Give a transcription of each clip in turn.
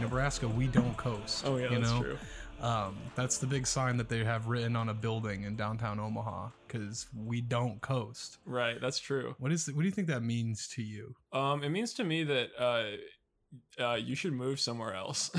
Nebraska, we don't coast. Oh yeah, you that's know? true. Um, that's the big sign that they have written on a building in downtown Omaha because we don't coast. Right, that's true. What is? What do you think that means to you? Um, it means to me that uh, uh, you should move somewhere else.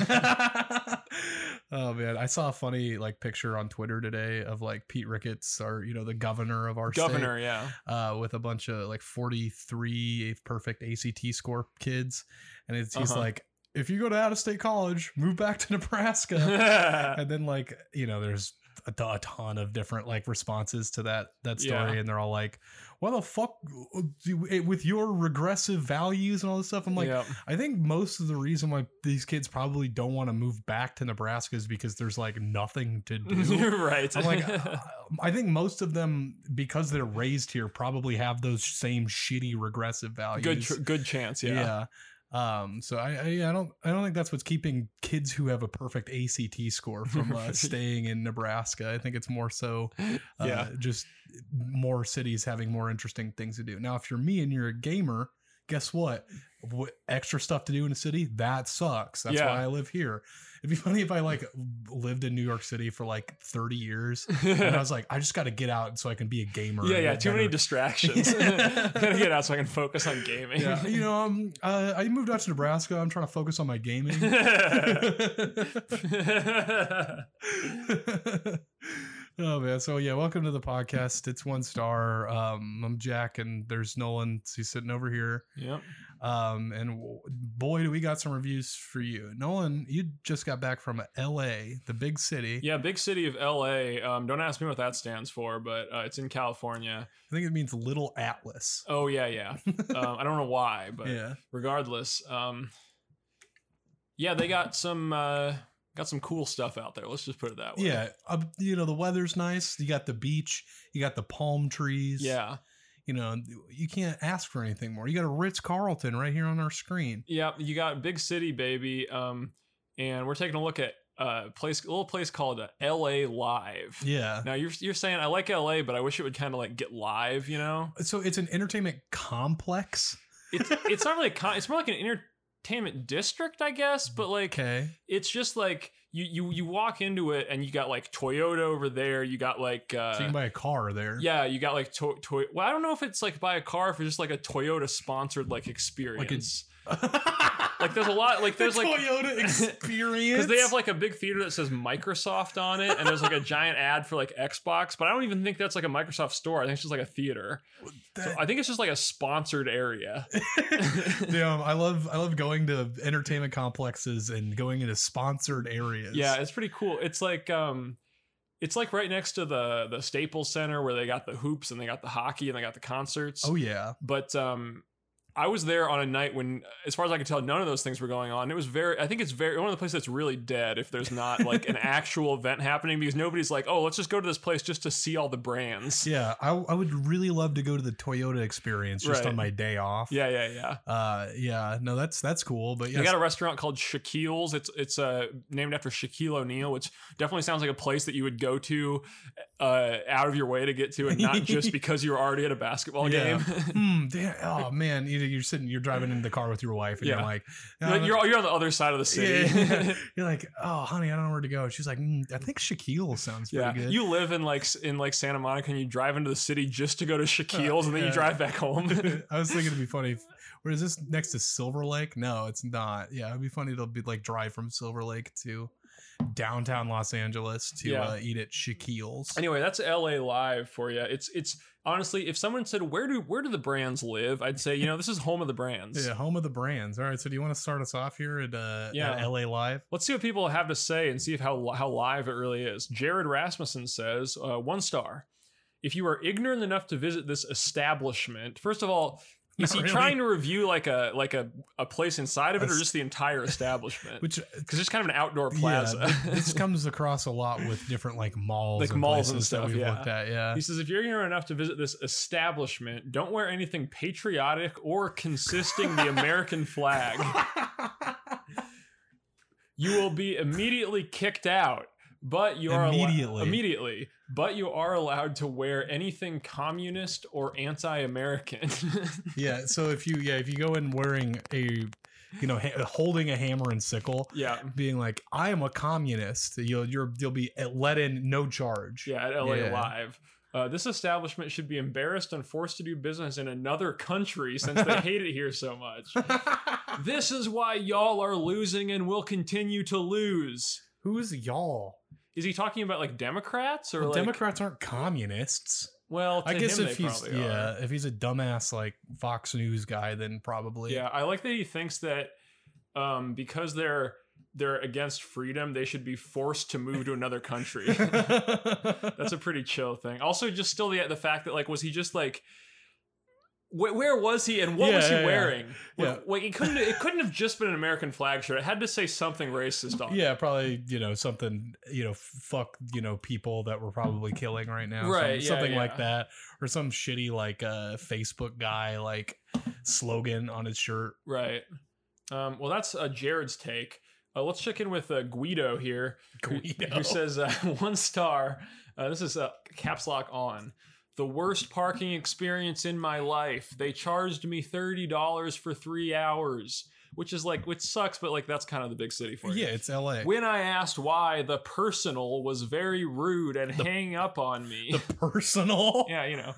oh man, I saw a funny like picture on Twitter today of like Pete Ricketts, our you know the governor of our state, Governor, yeah. uh, with a bunch of like 43 perfect ACT score kids, and it's he's Uh-huh. like, if you go to out of state college, move back to Nebraska, and then like you know there's a, t- a ton of different like responses to that that story, Yeah. and they're all like, why the fuck uh, do- with your regressive values and all this stuff? I'm like. Yep. I think most of the reason why these kids probably don't want to move back to Nebraska is because there's like nothing to do. You're right. I'm like, uh, I think most of them, because they're raised here, probably have those same shitty regressive values. good, tr- good chance. Yeah. Yeah. Um, so I, I, I don't, I don't think that's what's keeping kids who have a perfect ACT score from uh, staying in Nebraska. I think it's more so, uh, Yeah. just more cities having more interesting things to do. Now, if you're me and you're a gamer, guess what? Wh- extra stuff to do in a city that sucks. That's Yeah. why I live here. It'd be funny if I like lived in New York City for like 30 years, and I was like, I just got to get out so I can be a gamer. yeah, and yeah. get Too many better." distractions. Gotta get out so I can focus on gaming. yeah, you know, um, uh, I moved out to Nebraska. I'm trying to focus on my gaming. oh man, so yeah, welcome to the podcast. It's one star. Um, I'm Jack, and there's Nolan. He's sitting over here. yep. Um, and w- boy, do we got some reviews for you, Nolan. You just got back from L.A., the big city. Yeah, big city of LA. Um, don't ask me what that stands for, but uh, it's in California. I think it means Little Atlas. Oh yeah, yeah. Um, I don't know why, but yeah, regardless, um, yeah, they got some uh, got some cool stuff out there. Let's just put it that way. yeah. Uh, you know, the weather's nice. You got the beach. You got the palm trees. yeah, you know, you can't ask for anything more. You got a Ritz Carlton right here on our screen. yeah. You got big city, baby. Um, and we're taking a look at a place, a little place called uh, LA Live. Yeah. Now you're you're saying I like LA, but I wish it would kind of like get live. You know, So it's an entertainment complex. it's it's not really a con- it's more like an entertainment district, I guess. But like, Okay. it's just like you you you walk into it and you got like Toyota over there. You got like uh, so you can buy a car there. Yeah, you got like toy. toy well, I don't know if it's like buy a car for just like a Toyota sponsored like experience. Like, there's a lot. Like there's like Toyota experience. because they have like a big theater that says Microsoft on it, and there's like a giant ad for like Xbox. But I don't even think that's like a Microsoft store. I think it's just like a theater. So I think it's just like a sponsored area. Damn, I love I love going to entertainment complexes and going into sponsored areas. Yeah, it's pretty cool. It's like um it's like right next to the the Staples Center where they got the hoops and they got the hockey and they got the concerts. Oh yeah. But um I was there on a night when as far as I could tell none of those things were going on. It was very I think it's very one of the places that's really dead if there's not like an actual event happening because nobody's like, "Oh, let's just go to this place just to see all the brands." Yeah. I, I would really love to go to the Toyota experience just Right. on my day off. Yeah, yeah, yeah. Uh yeah. No, that's that's cool. But yeah. They got a restaurant called Shaquille's. It's it's uh, named after Shaquille O'Neal, which definitely sounds like a place that you would go to uh, out of your way to get to, and not just because you were already at a basketball Yeah. game. Hmm, damn, oh man, you know, you're sitting, you're driving in the car with your wife, and Yeah. you're like, you're, "Oh, you're on the other side of the city. Yeah. You're like, oh, honey, I don't know where to go. She's like, mm, I think Shaquille sounds pretty Yeah. good. you live in like s- in like Santa Monica, and you drive into the city just to go to Shaquille's, and then Uh, yeah. you drive back home. I was thinking it'd be funny. If, where is this next to Silver Lake? No, it's not. Yeah, it'd be funny to be like drive from Silver Lake to downtown Los Angeles to Yeah. uh, eat at Shaquille's. anyway, that's L.A. Live for you. It's it's honestly, if someone said where do where do the brands live, I'd say you know this is home of the brands. Yeah, home of the brands. All right, so do you want to start us off here at, uh, Yeah. at LA Live? Let's see what people have to say and see if how how live it really is. Jared Rasmussen says uh, one star. If you are ignorant enough to visit this establishment, first of all, is Not he really. trying to review like a like a, a place inside of it or That's- just the entire establishment? Which Because it's kind of an outdoor yeah, plaza. th- this comes across a lot with different like malls, Like and malls and places stuff, that we've yeah. looked at. Yeah, he says if you're ignorant enough to visit this establishment, don't wear anything patriotic or consisting the American flag. you will be immediately kicked out but you are allo- Immediately. immediately but you are allowed to wear anything communist or anti-american Yeah, so if you yeah, if you go in wearing a you know, ha- holding a hammer and sickle, Yeah. being like, "I am a communist." You'll you're, you'll be eh, let in no charge. Yeah, at LA Yeah. Live. Uh, this establishment should be embarrassed and forced to do business in another country since they hate it here so much. This is why y'all are losing and will continue to lose. Who's y'all? Is he talking about like Democrats or Well, like? Democrats aren't communists. well, to I guess him if they he's probably are. yeah, if he's a dumbass like Fox News guy, then probably Yeah, I like that he thinks that um, because they're they're against freedom, they should be forced to move to another country. That's a pretty chill thing. Also, just still the the fact that like was he just like. Wh- where was he and what Yeah, was he yeah, yeah. wearing? Like, Yeah. like, it couldn't it couldn't have just been an American flag shirt. It had to say something racist on it. Yeah, probably you know something you know fuck you know people that we're probably killing right now, Some- Right, yeah, something yeah. like that, or some shitty like uh, Facebook guy like slogan on his shirt. Right. Um, well, that's uh, Jared's take. Uh, let's check in with uh, Guido here. who- Guido. who says uh, one star. Uh, this is uh, caps lock on. The worst parking experience in my life. They charged me thirty dollars for three hours, which is like, which sucks, but like that's kind of the big city for you. yeah, it's L.A. When I asked why, the personal was very rude and hang up on me. the personal. yeah, you know.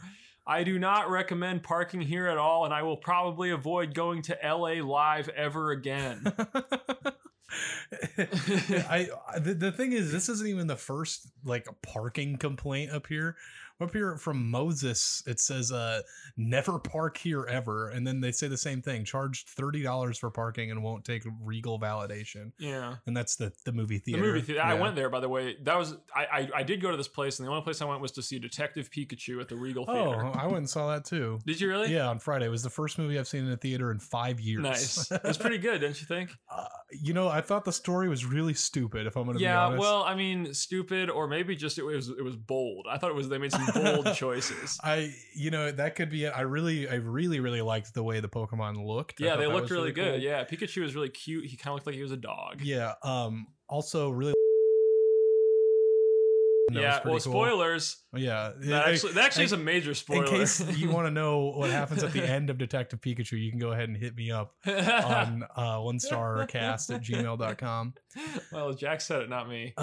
I do not recommend parking here at all, and I will probably avoid going to LA Live ever again. I, I the, the thing is, this isn't even the first like parking complaint up here. Up here from Moses, it says, uh, "Never park here ever," and then they say the same thing: charge thirty dollars for parking and won't take Regal validation. yeah. And that's the the movie The theater. movie theater. I Yeah. went there, by the way. That was I, I. I did go to this place, and the only place I went was to see Detective Pikachu at the Regal Oh, Theater. I went and saw that too. Did you really? Yeah, on Friday. It was the first movie I've seen in a theater in five years. Nice. That's pretty good, don't you think? Uh, you know, I thought the story was really stupid. If I'm going to be yeah. honest. Well, I mean, stupid, or maybe just it was. It was bold. I thought it was. They made some bold choices. I you know that could be it. I really I really really liked the way the Pokemon looked. I Yeah, thought they that looked was really, good. cool. Yeah, Pikachu was really cute. He kind of looked like he was a dog. Yeah. Um. Also, really. And that was Yeah, pretty well, cool. spoilers. Yeah. That I- actually, that actually is a major spoiler. in case you want to know what happens at the end of Detective Pikachu, you can go ahead and hit me up on uh, one star cast at gmail.com. well, Jack said it, not me. Uh,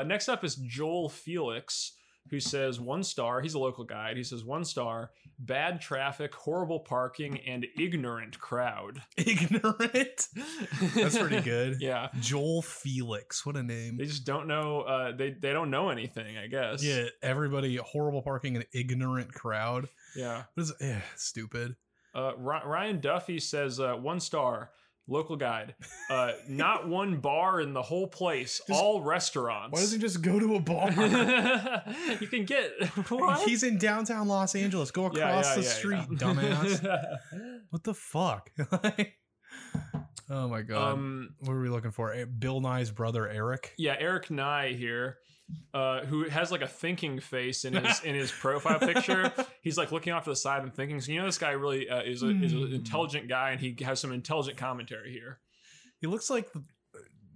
Uh, next up is Joel Felix, who says one star. He's a local guide. He says one star, bad traffic, horrible parking, and ignorant crowd. ignorant. That's pretty good. yeah, Joel Felix. What a name. they just don't know. Uh, they they don't know anything. I guess. Yeah. Everybody, horrible parking, an ignorant crowd. Yeah. What is eh, stupid? Uh, Ry- Ryan Duffy says uh, one star. Local guide, uh, not one bar in the whole place. Just- all restaurants. Why doesn't he just go to a bar? you can get what? He's in downtown Los Angeles. Go across Yeah, yeah, the yeah, yeah. street, dumbass. what the fuck? oh my god. um, what are we looking for? Eh, Bill Nye's brother Eric. yeah, Eric Nye here, uh, who has like a thinking face in his in his profile picture. He's like looking off to the side and thinking. So you know, this guy really uh, is a, is an Hmm. intelligent guy, and he has some intelligent commentary here. He looks like the-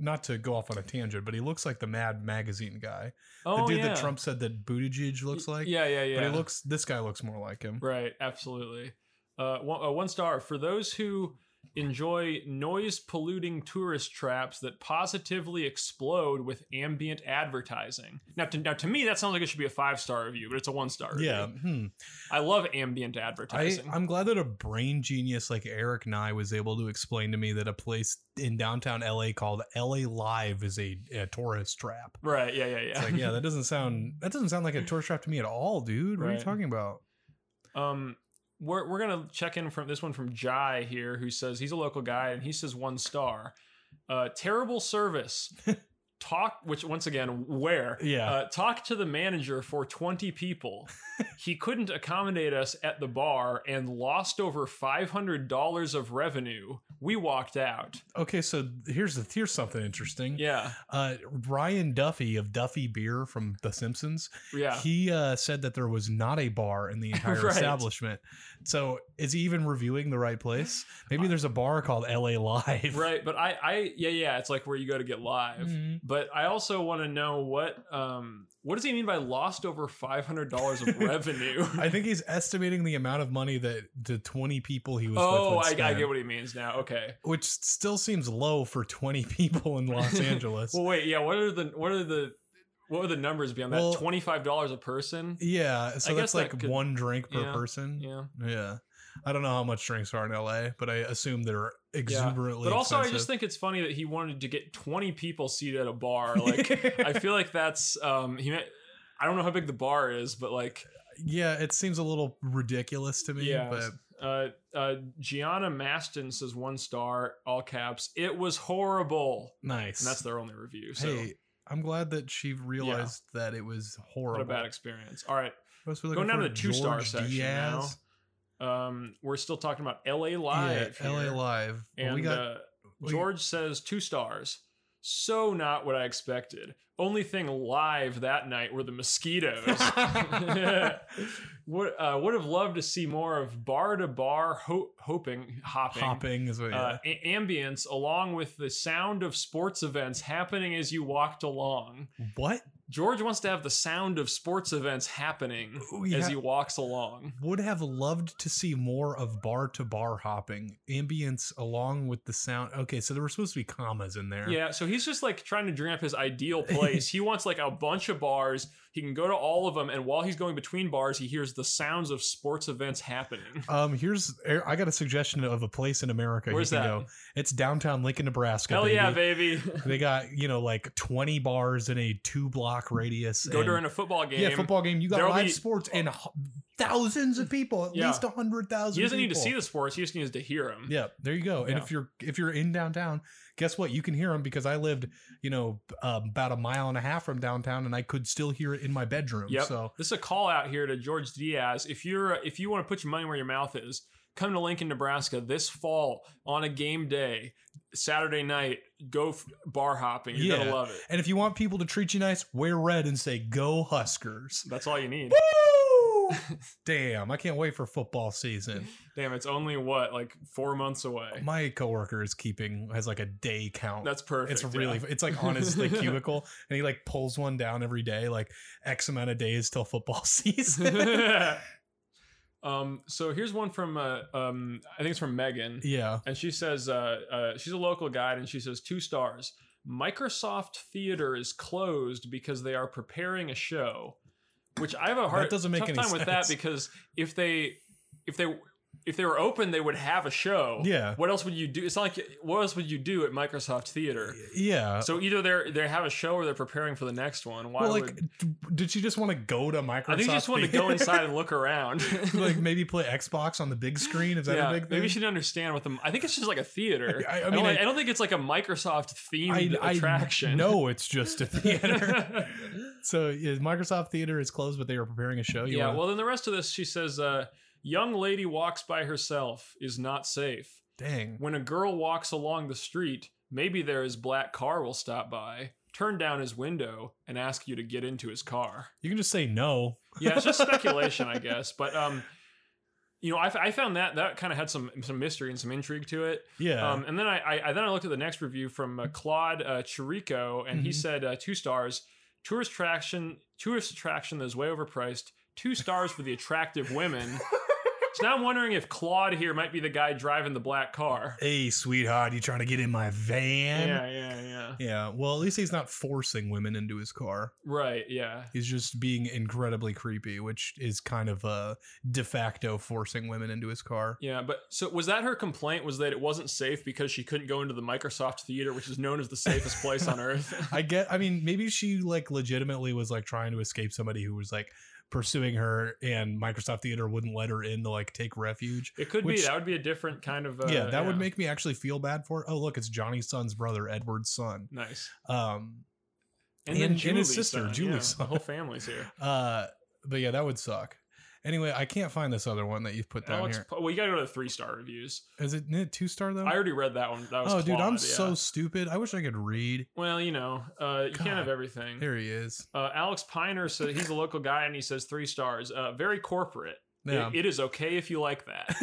not to go off on a tangent, but he looks like the Mad Magazine guy, Oh, the dude yeah. that Trump said that Buttigieg looks like. Yeah, yeah, yeah. but he looks. This guy looks more like him. right. Absolutely. Uh, one, uh, one star for those who enjoy noise polluting tourist traps that positively explode with ambient advertising. Now, to, now to me, that sounds like it should be a five star review, but it's a one star. Yeah, hmm. I love ambient I, advertising. I'm glad that a brain genius like Eric Nye was able to explain to me that a place in downtown LA called LA Live is a, a tourist trap. Right. Yeah. Yeah. Yeah. It's like, yeah, that doesn't sound that doesn't sound like a tourist trap to me at all, dude. What are you Right. talking about? Um, we're we're gonna check in from this one from Jai here, who says he's a local guy and he says one star. Uh, terrible service. Talk, which once again, where? Yeah. Uh, talk to the manager for 20 people. he couldn't accommodate us at the bar and lost over $500 of revenue. We walked out. Okay, so here's the here's something interesting. Yeah. Uh, Brian Duffy of Duffy Beer from The Simpsons, Yeah. he uh, said that there was not a bar in the entire Right. establishment. So is he even reviewing the right place? Maybe there's a bar called LA Live. right. But I, I, yeah, yeah. It's like where you go to get live. Mhm. But I also want to know what um, what does he mean by lost over five hundred dollars of revenue? I think he's estimating the amount of money that the 20 people he was with. oh, would I, I spend, get what he means now. Okay. Which still seems low for 20 people in Los Angeles. Well, wait. Yeah. What are the what are the what would the numbers be on that? Well- Twenty five dollars a person. yeah, so I that's guess that like could- one drink per yeah, person. Yeah. Yeah. I don't know how much drinks are in LA, but I assume they're exuberantly. But also, I just think it's funny that he wanted to get twenty people seated at a bar. Like, expensive. I feel like that's um he. Meant, I don't know how big the bar is, but like yeah, it seems a little ridiculous to me. Yeah. but uh, uh, Gianna Maston says one star, all caps. It was horrible, nice. and that's their only review. So Hey, I'm glad that she realized that it was what horrible. a bad experience. All right, I was really Going down looking to for the two-star George section now. Diaz. um, we're still talking about L.A. Live. yeah, LA here. Live. Well, And we got uh, we- George says two stars. So not what I expected. Only thing live that night were the mosquitoes. would uh, would have loved to see more of bar to bar ho- hoping hopping. hopping is what. Uh, a- ambience along with the sound of sports events happening as you walked along. yeah. What George wants to have the sound of sports events happening We as ha- he walks along. would have loved to see more of bar to bar hopping ambience along with the sound. Okay, so there were supposed to be commas in there. Yeah, so he's just like trying to dream up his ideal place. he wants like a bunch of bars. He can go to all of them, and while he's going between bars, he hears the sounds of sports events happening. Um, here's I got a suggestion of a place in America Where's you can that? go. It's downtown Lincoln, Nebraska. Hell baby. yeah, baby! They got you know like twenty bars in a two block radius. go and- during a football game. yeah football game. You got There'll live be- sports and h- thousands of people, at Yeah. least a hundred thousand. He doesn't need to people. see the sports; he just needs to hear them. Yeah, there you go. And Yeah. if you're if you're in downtown, guess what? You can hear them because I lived, you know, uh, about a mile and a half from downtown, and I could still hear it in my bedroom. Yep. So This is a call out here to George Diaz. If you're uh, if you want to put your money where your mouth is, come to Lincoln, Nebraska this fall on a game day, Saturday night. Go f- bar hopping. You're gonna Yeah. love it. and if you want people to treat you nice, wear red and say "Go Huskers." That's all you need. Woo! Damn, I can't wait for football season. Damn, it's only what like four months away. My coworker is keeping has like a day count. That's perfect. it's really yeah. it's like on his like cubicle and he like pulls one down every day like x amount of days till football season um. So here's one from uh, um. I think it's from Megan. yeah and she says uh, uh, she's a local guide and she says two stars microsoft theater is closed because they are preparing a show which i have a hard doesn't make tough any time with that sense. because if they if they if they were open they would have a show Yeah. what else would you do it's not like what else would you do at microsoft theater yeah so either they're they have a show or they're preparing for the next one why well, would like, d- did she just want to go to Microsoft? i think she just wanted to go Theater? inside and look around like maybe play Xbox on the big screen. Is that yeah, a big thing? maybe she didn't understand what the. I think it's just like a theater. I- I I, mean, don't, I- I, don't think it's like a Microsoft themed attraction. No, it's just a theater. so yeah, Microsoft Theater is closed, but they are preparing a show. You yeah. wanna- Well, then the rest of this, she says, uh, "Young lady walks by herself is not safe. dang. When a girl walks along the street, maybe there is black car will stop by, turn down his window, and ask you to get into his car." You can just say no. Yeah, it's just speculation, I guess. But um, you know, I, f- I found that that kind of had some some mystery and some intrigue to it. Yeah. Um, and then I, I, I then I looked at the next review from uh, Claude uh, Chirico, and he Mhm. said uh, two stars. Tourist attraction, tourist attraction that is way overpriced. Two stars for the attractive women. so now I'm wondering if Claude here might be the guy driving the black car. hey, sweetheart, you trying to get in my van? yeah, yeah, yeah. Yeah, well, at least he's not forcing women into his car. Right, yeah. He's just being incredibly creepy, which is kind of uh, de facto forcing women into his car. Yeah, but so was that her complaint was that it wasn't safe because she couldn't go into the Microsoft Theater, which is known as the safest place on earth? I get. I mean, maybe she like legitimately was like trying to escape somebody who was like pursuing her, and Microsoft Theater wouldn't let her in to like take refuge. It could be. Which- That would be a different kind of. Uh, yeah, that would make me actually feel bad for. It. Oh, look, it's Johnny's son's brother, Edward's son. nice. Um, And- And, then and his Julie's sister, son, Julie's yeah, son. The whole family's here. uh, but yeah, that would suck. Anyway, I can't find this other one that you've put down Alex, here. Po- well, you gotta go to the three star reviews. Is it, isn't it two star though? I already read that one. That was oh, dude, I'm Claude, so yeah. Mm-hmm. stupid. I wish I could read. well. You know, uh, you God. can't have everything. There he is. Uh, Alex Piner said he's a local guy and he says three stars. Uh, very corporate. It- Yeah. it is okay if you like that.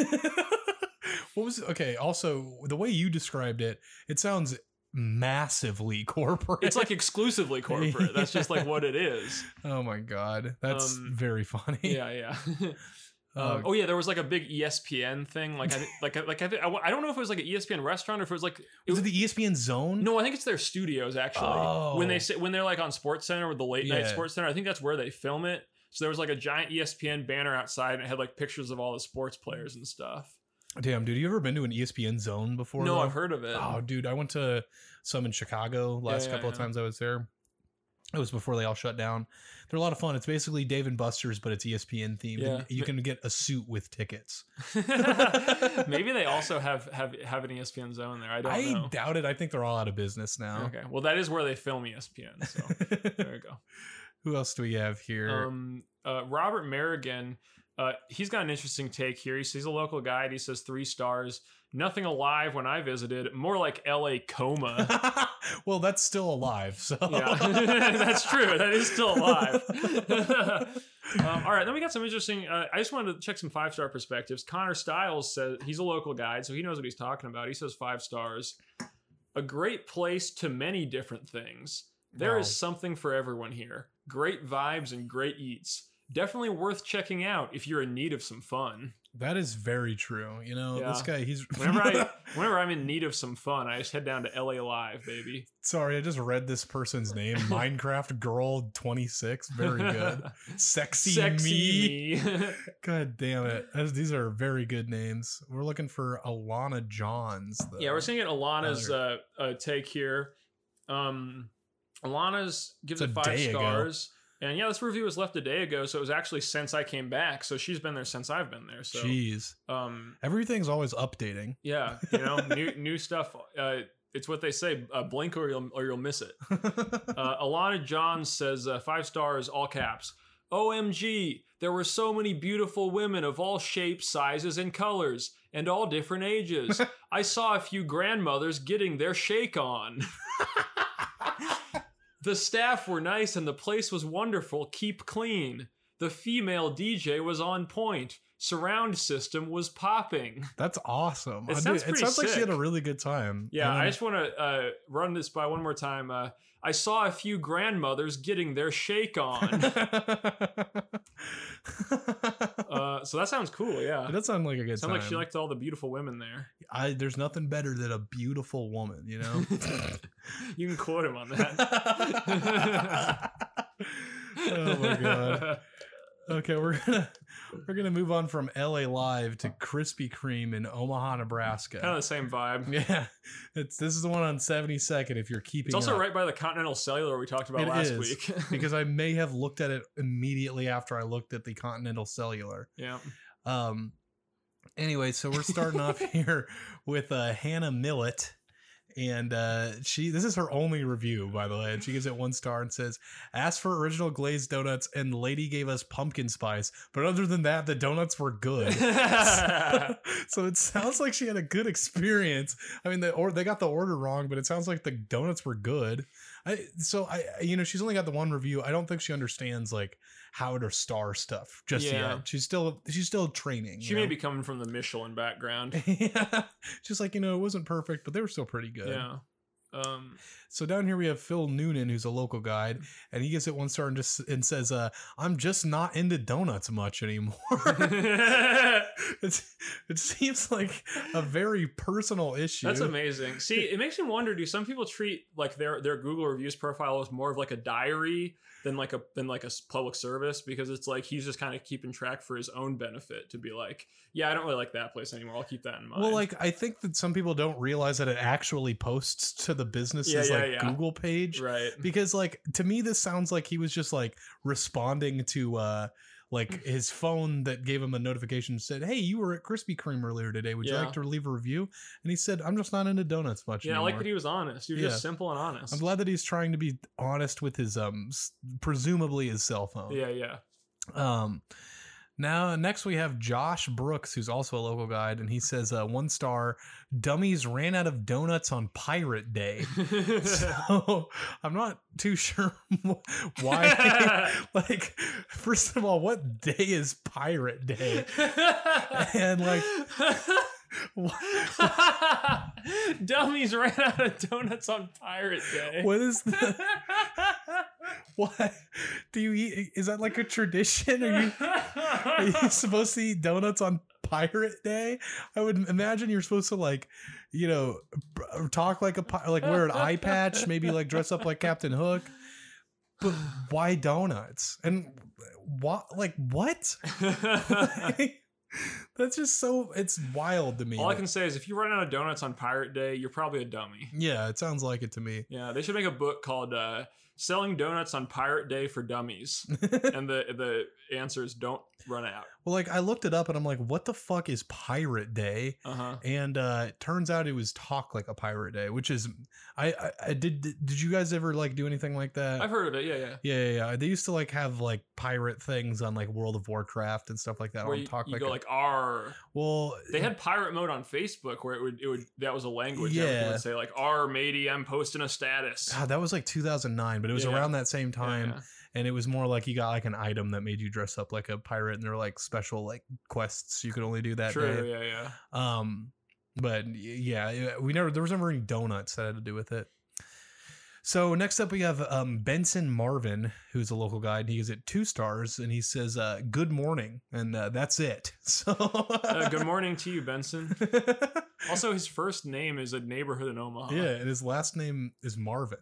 what was okay? Also, the way you described it, it sounds massively corporate. It's like exclusively corporate. That's just like what it is. oh my god, that's Um, very funny. Yeah, yeah. Um, Uh, oh yeah, there was like a big ESPN thing. Like, I, thi- like, I- like I, thi- I wa- I don't know if it was like E an ESPN restaurant or if it was like it was it the E ESPN Zone? No, I think it's their studios actually. Oh. When they sit, when they're like on Sports Center with the late night Yeah. Sports Center, I think that's where they film it. So there was like a giant E ESPN banner outside, and it had like pictures of all the sports players and stuff. Damn, dude, you ever been to an E ESPN Zone before? no, though? I've heard of it. Oh, dude, I went to some in Chicago last yeah, couple of yeah. times I was there. It was before they all shut down. They're a lot of fun. It's basically Dave and Buster's, but it's E ESPN themed. Yeah. and You can get a suit with tickets. Maybe they also have have have an E ESPN zone there. I don't I know. doubt it. I think they're all out of business now. Okay, well that is where they film E ESPN. So there we go. Who else do we have here? Um, uh, Robert Merrigan, uh, he's got an interesting take here. He says he's a local guy and he says three stars. Nothing alive when I visited. More like L.A. coma. well, that's still alive. So Um, yeah, that's true. That is still alive. um, all right, then we got some interesting. Uh, I just wanted to check some five star perspectives. Connor Stiles says he's a local guide, so he knows what he's talking about. He says five stars. A great place to many different things. There is Wow. something for everyone here. Great vibes and great eats. Definitely worth checking out if you're in need of some fun. that is very true. You know, this guy. He's Whenever I, whenever I'm in need of some fun, I just head down to LA Live, baby. Sorry, I just read this person's name. Minecraft Girl 26. Very good. Sexy, me. Sexy me. God damn it. That's- these are very good names. We're looking for Alana Johns. Though. Yeah, we're seeing it Alana's uh, uh, take here. Um, Alana's gives It's it a five day ago. stars. And yeah, this review was left a day ago, so it was actually since I came back. So she's been there since I've been there. So Jeez. um, Everything's always updating. yeah, you know, new new stuff. Uh, it's what they say: uh, blink or you'll or you'll miss it. Uh, Alana John says uh, five stars, all caps. OMG, there were so many beautiful women of all shapes, sizes, and colors, and all different ages. I saw a few grandmothers getting their shake on. the staff were nice and the place was wonderful. Keep clean. The female DJ was on point. Surround system was popping. That's awesome. It I do- sounds it pretty sounds like she had a sick. really good time. Yeah, And I then- just want to uh, run this by one more time. Uh, I saw a few grandmothers getting their shake on. Uh, so that sounds cool. Yeah, It does sound like a good sounds time. like she liked all the beautiful women there. I, there's nothing better than a beautiful woman, you know? You can quote him on that. oh my god. Okay, we're gonna we're gonna move on from LA Live to Krispy Kreme in Omaha, Nebraska. kind of the same vibe. Yeah, it's this is the one on seventy second. If you're keeping, It's also up. right by the Continental Cellular we talked about It last is. week. because I may have looked at it immediately after I looked at the Continental Cellular. yeah. Um, anyway, so we're starting off here with uh, Hannah Millett. And uh, she, this is her only review, by the way. And she gives it one star and says, "Asked for original glazed donuts, and the lady gave us pumpkin spice. But other than that, the donuts were good." so it sounds like she had a good experience. I mean, the or they got the order wrong, but it sounds like the donuts were good. I so I I- you know she's only got the one review. I don't think she understands like how to star stuff just Yeah. yet. She's still she's still training. she you may know? be coming from the Michelin background. yeah, just like you know it wasn't perfect, but they were still pretty good. Yeah. Um, So down here we have Phil Noonan, who's a local guide, and he gives it one star and just and says, uh, "I'm just not into donuts much anymore." that's it's, it seems like a very personal issue. amazing. See, it makes me wonder: Do some people treat like their their Google reviews profile as more of like a diary than like a than like a s- public service? Because it's like he's just kind of keeping track for his own benefit to be like, yeah, I don't really like that place anymore. I'll keep that in mind. Well, like I think that some people don't realize that it actually posts to the business's Yeah, yeah, like yeah. Google page right. because like to me this sounds like he was just like responding to uh like Mm. his phone that gave him a notification said, "Hey, you were at Krispy Kreme earlier today. Would you Yeah. like to leave a review?" And he said, "I'm just not into donuts much Yeah, I anymore." like that he was honest. He was Yeah. just simple and honest. I'm glad that he's trying to be honest with his um s- presumably his cell phone. yeah, yeah. Um, now, next we have Josh Brooks, who's also a local guide, and he says, uh, one star, dummies ran out of donuts on Pirate Day. so I'm not too sure wh- why. like, first of all, what day is Pirate Day? And, like, What, Dummies ran out of donuts on Pirate Day. what is the what? Do you eat? Is that like a tradition? Are you are you supposed to eat donuts on Pirate Day? I would imagine you're supposed to like, you know, b- talk like a pi- like wear an eye patch, maybe like dress up like Captain Hook. But why donuts? And what? Like what? That's just so. It's wild to me. All I can say is if you run out of donuts on Pirate Day, you're probably a dummy. yeah, it sounds like it to me. Yeah, they should make a book called uh, "Selling Donuts on Pirate Day for Dummies," and the the answer is don't run out. Well, like I looked it up and I'm like, what the fuck is Pirate Day? Uh huh. And uh it turns out it was talk like a pirate day, which is I I, I did did you guys ever like do anything like that? I've heard of it. Yeah, yeah. yeah, yeah, yeah. They used to like have like pirate things on like World of Warcraft and stuff like that. Where on you, talk you like, a- go like R. well, They had pirate mode on Facebook where it would it would that was a language. Yeah. Yeah. Everyone would say like R matey, I'm posting a status. God, that was like 2009, but it was Yeah, yeah. around that same Yeah, time, yeah. and it was more like you got like an item that made you dress up like a pirate, and there were like special like quests you could only do that True. day. Yeah, yeah. Um, but y- yeah, yeah, we never there was never any donuts that had to do with it. So next up we have um, Benson Marvin, who's a local guy, and he gives it two stars, and he says, uh, "Good morning," and uh, that's it. So Uh, good morning to you, Benson. yeah, Also, his first name is a neighborhood in Omaha. and his last name is Marvin.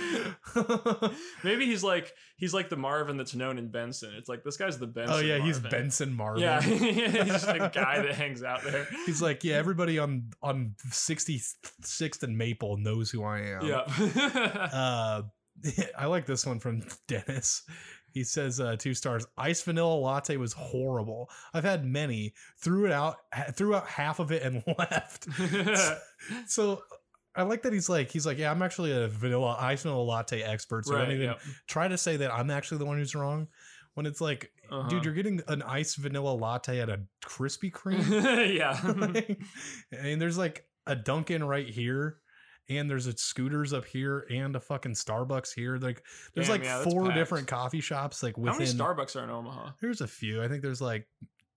oh Maybe he's like he's like the Marvin that's known in Benson. It's like this guy's the Benson. Oh, yeah, he's Marvin. Benson Marvin. Yeah, he's just a guy that hangs out there. He's like, yeah, everybody on on 66th and Maple knows who I am. Yeah. Uh, I like this one from Dennis. He says uh, two stars. Ice vanilla latte was horrible. I've had many. Threw it out. ha- Threw out half of it and left. So I like that he's like he's like yeah. I'm actually a vanilla ice vanilla latte expert. So right. don't even yep. try to say that I'm actually the one who's wrong. When it's like, Uh-huh. dude, you're getting an ice vanilla latte at a Krispy Kreme. yeah. Like, and there's like a Dunkin' right here, and there's a scooters up here, and a fucking Starbucks here. Like there's Damn, like yeah, that's four packed. different coffee shops. Like How within many Starbucks are in Omaha? there's a few. I think there's like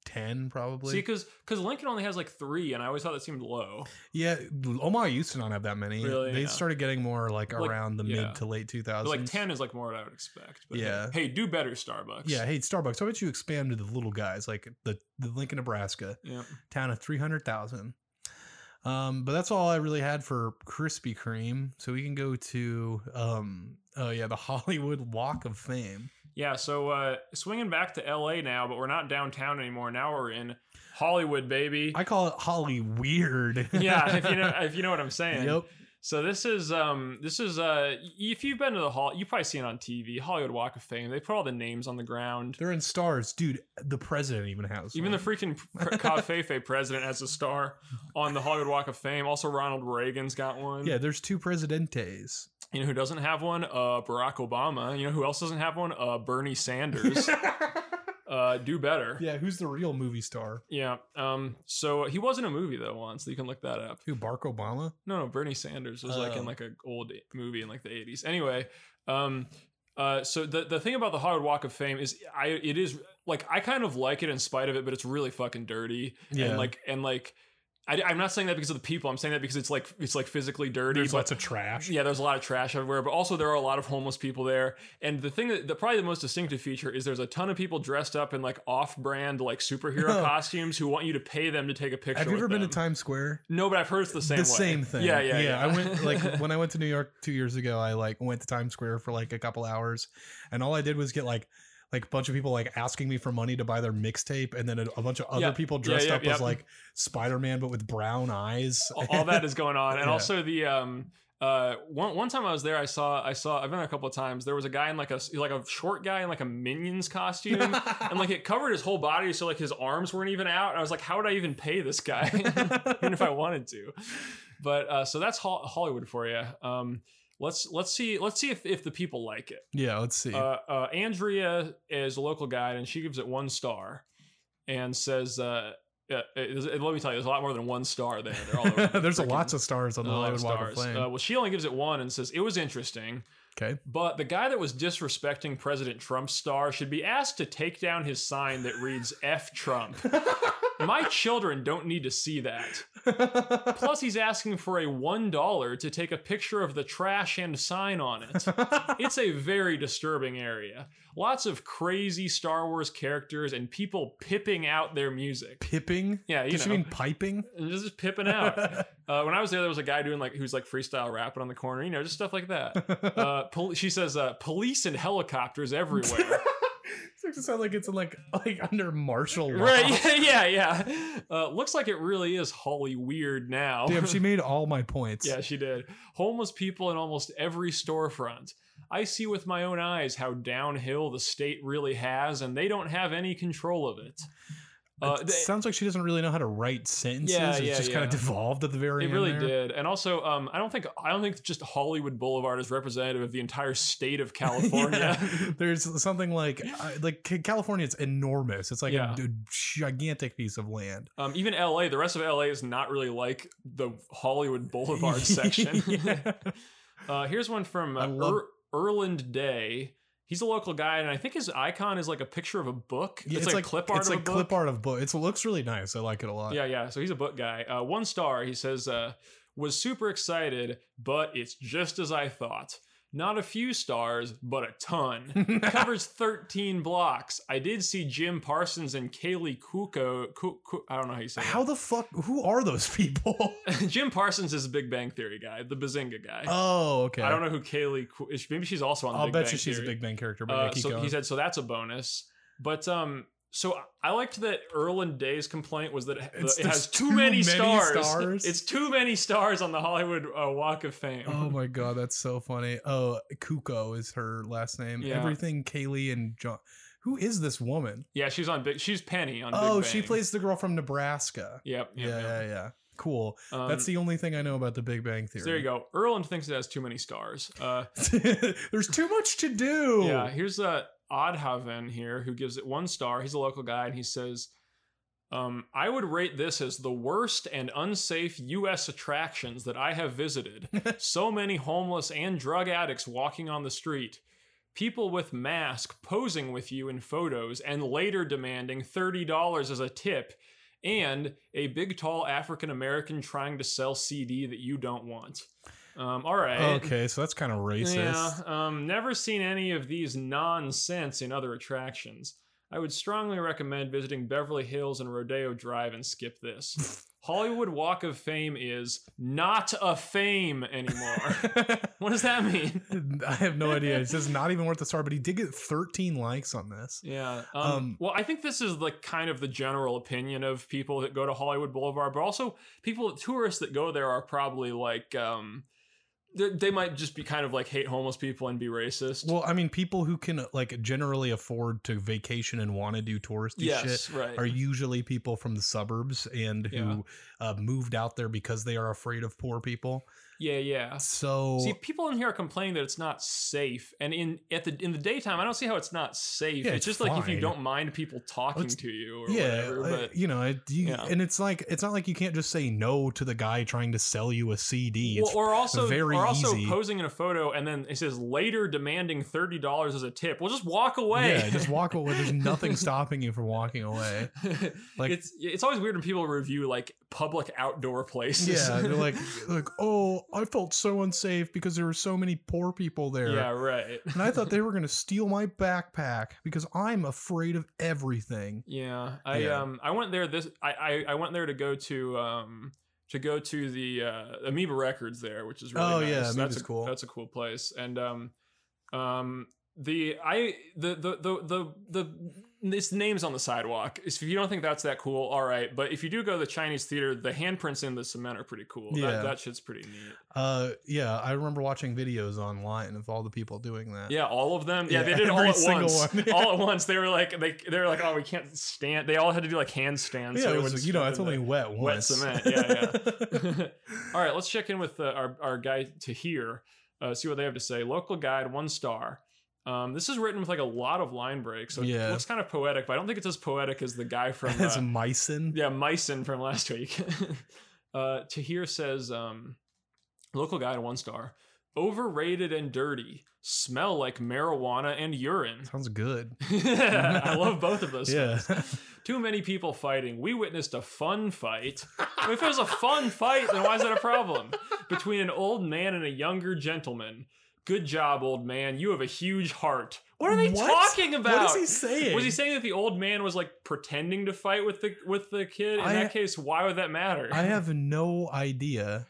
ten probably. See, because Lincoln only has like three, and I always thought that seemed low. yeah, Omaha used to not have that many. Really? they Yeah. started getting more like, Like, around the yeah. mid to late two But, thousands. like ten is like more what I would expect. But Yeah. Hey, do better, Starbucks. Yeah, hey Starbucks, how about you expand to the little guys like the, the Lincoln, Nebraska Yeah. town of three hundred thousand. Um, but that's all I really had for Krispy Kreme. So we can go to um, oh yeah, the Hollywood Walk of Fame. Yeah. So uh, swinging back to L.A. now, but we're not downtown anymore. Now we're in Hollywood, baby. I call it Holly Weird. yeah, if you know if you know what I'm saying. yep. So this is um this is uh if you've been to the hall you've probably seen it on TV Hollywood Walk of Fame they put all the names on the ground They're in stars, dude. The president even has even the one. freaking pre- Covfefe president has a star on the Hollywood Walk of Fame also Ronald Reagan's got one yeah. There's two presidentes. you know who doesn't have one uh Barack Obama you know who else doesn't have one uh Bernie Sanders uh do better yeah, who's the real movie star? yeah um so he was in a movie though once you can look that up Who Barack Obama? No, no, Bernie Sanders was like Oh. in like an old movie in like the eighties. Anyway, um, uh, so the the thing about the Hollywood Walk of Fame is I it is like I kind of like it in spite of it, but it's really fucking dirty. Yeah. and like and like I, am not saying that because of the people. I'm saying that because it's like it's like physically dirty. There's but lots of trash. yeah, there's a lot of trash everywhere, but also there are a lot of homeless people there. And the thing that the, probably the most distinctive feature is there's a ton of people dressed up in like off-brand like superhero Oh. costumes who want you to pay them to take a picture. Have you with ever been to them. Times Square? No, but I've heard it's the same. the way. same thing. Yeah, yeah, yeah. I went like when I went to New York two years ago. I like went to Times Square for like a couple hours, and all I did was get like like a bunch of people like asking me for money to buy their mixtape, and then a, a bunch of other Yeah. people Yeah, dressed yeah, Oh, up as yeah. like Spider Man but with brown eyes. all, all that is going on, and Yeah. also the um uh one one time I was there, I saw I saw I've been there a couple of times. There was a guy in like a like a short guy in like a Minions costume, and like it covered his whole body, so like his arms weren't even out. And I was like, how would I even pay this guy, even if I wanted to? But uh, so that's Hol- Hollywood for you. Um, let's let's see let's see if if the people like it. yeah, let's see. Uh, uh, Andrea is a local guide, and she gives it one star, and says, uh, uh, it- it- "Let me tell you, there's a lot more than one star there. They're all over the There's a freaking- lots of stars on the a lot Hollywood of Walk of stars. Fame. Uh, well, she only gives it one and says it was interesting, okay, but the guy that was disrespecting President Trump's star should be asked to take down his sign that reads "F Trump." My children don't need to see that. Plus, he's asking for a $1 to take a picture of the trash and sign on it. It's a very disturbing area. Lots of crazy Star Wars characters and people pipping out their music. Pipping? Yeah, you Does she know. mean piping? Just pipping out. Uh, when I was there, there was a guy doing like who's like freestyle rapping on the corner, you know, just stuff like that. Uh, pol- she says, uh, "Police and helicopters everywhere." It sounds like it's like like under martial law. right? Yeah, yeah. yeah. Uh, looks like it really is Holly weird now. Damn, she made all my points. yeah, she did. Homeless people in almost every storefront. I see with my own eyes how downhill the state really has, and they don't have any control of it. Uh, it they- sounds like she doesn't really know how to write sentences. Yeah, it's yeah, just kind yeah. of devolved at the very It end. really there. did, and also, um, I don't think I don't think just Hollywood Boulevard is representative of the entire state of California. Yeah. There's something like I- like C- California. It's enormous. It's like Yeah. a, d- gigantic piece of land. um, even LA, the rest of LA is not really like the Hollywood Boulevard section. Yeah. Uh, here's one from I uh, love- Er- Erland Day. He's a local guy, and I think his icon is like a picture of a book. Yeah, it's, like, clip art It's of like a book. clip art of book. It's, it looks really nice. I like it a lot. Yeah, yeah. So he's a book guy. Uh, one star. He says, uh, "Was super excited, but it's just as I thought. Not a few stars, but a ton. Covers 13 blocks. I did see Jim Parsons and Kaylee Kuko. Ku, Ku- I don't know how you say. How the fuck? Who are those people? that. Jim Parsons is the Big Bang Theory guy, the Bazinga guy. oh, okay. I don't know who Kaylee. Ku- is- Maybe she's also on. The I'll Big bet Bang you she's Theory. a Big Bang character, but Uh, yeah, keep so going. he said, so that's a bonus. But um, so I liked that Erland Day's complaint was that it, It's- it there's has too, too many, many stars. stars. It's too many stars on the Hollywood uh, Walk of Fame. Oh my god, that's so funny. Oh, Kuko is her last name. Yeah. Everything Kaylee and John. Who is this woman? Yeah, she's on Big. She's Penny on. oh, Big she Bang. plays the girl from Nebraska. Yep. Yeah, yep, yeah, yep. yeah. Cool. Um, that's the only thing I know about the Big Bang Theory. so there you go. Erland thinks it has too many stars. Uh, go. There's too much to do. yeah. Here's uh, Oddhaven here who gives it one star. He's a local guy and he says. Um, I would rate this as the worst and unsafe U.S. attractions that I have visited. so many homeless and drug addicts walking on the street, people with masks posing with you in photos, and later demanding $30 as a tip, and a big, tall African American trying to sell CD that you don't want. Um, all right. Okay, so that's kind of racist. Yeah, um, never seen any of these nonsense in other attractions. I would strongly recommend visiting Beverly Hills and Rodeo Drive and skip this. Hollywood Walk of Fame is not a fame anymore. what does that mean? I have no idea. It's just not even worth the star, but he did get 13 likes on this. Yeah. Um, Um, well, I think this is like kind of the general opinion of people that go to Hollywood Boulevard, but also people, tourists that go there are probably like, um, they they might just be kind of like hate homeless people and be racist. Well, I mean, people who can like generally afford to vacation and want to do touristy shit yes, right. are usually people from the suburbs and who Yeah. uh, moved out there because they are afraid of poor people. yeah, yeah. So See, people in here are complaining that it's not safe, and in at the in the daytime, I don't see how it's not safe. Yeah, it's, it's just like if you fine. don't mind people talking It's- to you or yeah, whatever. I- But you know, it, you, Yeah. and it's like it's not like you can't just say no to the guy trying to sell you a CD. It's Well, or also, very or also easy. posing in a photo, and then it says later demanding thirty dollars as a tip. Well, just walk away. Yeah, just walk away. There's nothing stopping you from walking away. Like Like- it's it's always weird when people review like public outdoor places. Yeah, they're like, like, oh, I felt so unsafe because there were so many poor people there. yeah, right. And I thought they were going to steal my backpack because I'm afraid of everything. Yeah, I Yeah. um I went there this I, I I went there to go to um to go to the uh, Amoeba Records there, which is really Oh, nice. yeah, that's Amoeba's a, cool. That's a cool place, and um um the I the the the the the. This name's on the sidewalk. If you don't think that's that cool, all right. But if you do go to the Chinese theater, the handprints in the cement are pretty cool. Yeah. That, that shit's pretty neat. Uh, yeah, I remember watching videos online of all the people doing that. Yeah, all of them. Yeah, Uh, Yeah, they did it all every at single once. one. All at once. They were like, they they were like, oh, we can't stand. They all had to do like handstands. Yeah, so they it wouldn't was, you know, slip it's in the- only wet wet once. cement, yeah, All right, let's check in with uh, our, our guy to hear, uh, see what they have to say. Local guide, one star. Um, this is written with like a lot of line breaks, so it Yeah. looks kind of poetic, but I don't think it's as poetic as the guy from As uh, Meissen. yeah Meissen from last week. uh, Tahir says, um, local guide, one star. overrated and dirty, smell like marijuana and urine. Sounds good. I love both of those. yeah. Too many people fighting. We witnessed a fun fight. I mean, if it was a fun fight, then why is that a problem? Between an old man and a younger gentleman. Good job, old man. You have a huge heart. What are they What? talking about? What is he saying? Was he saying that the old man was like pretending to fight with the with the kid? In I- that case, why would that matter? I have no idea.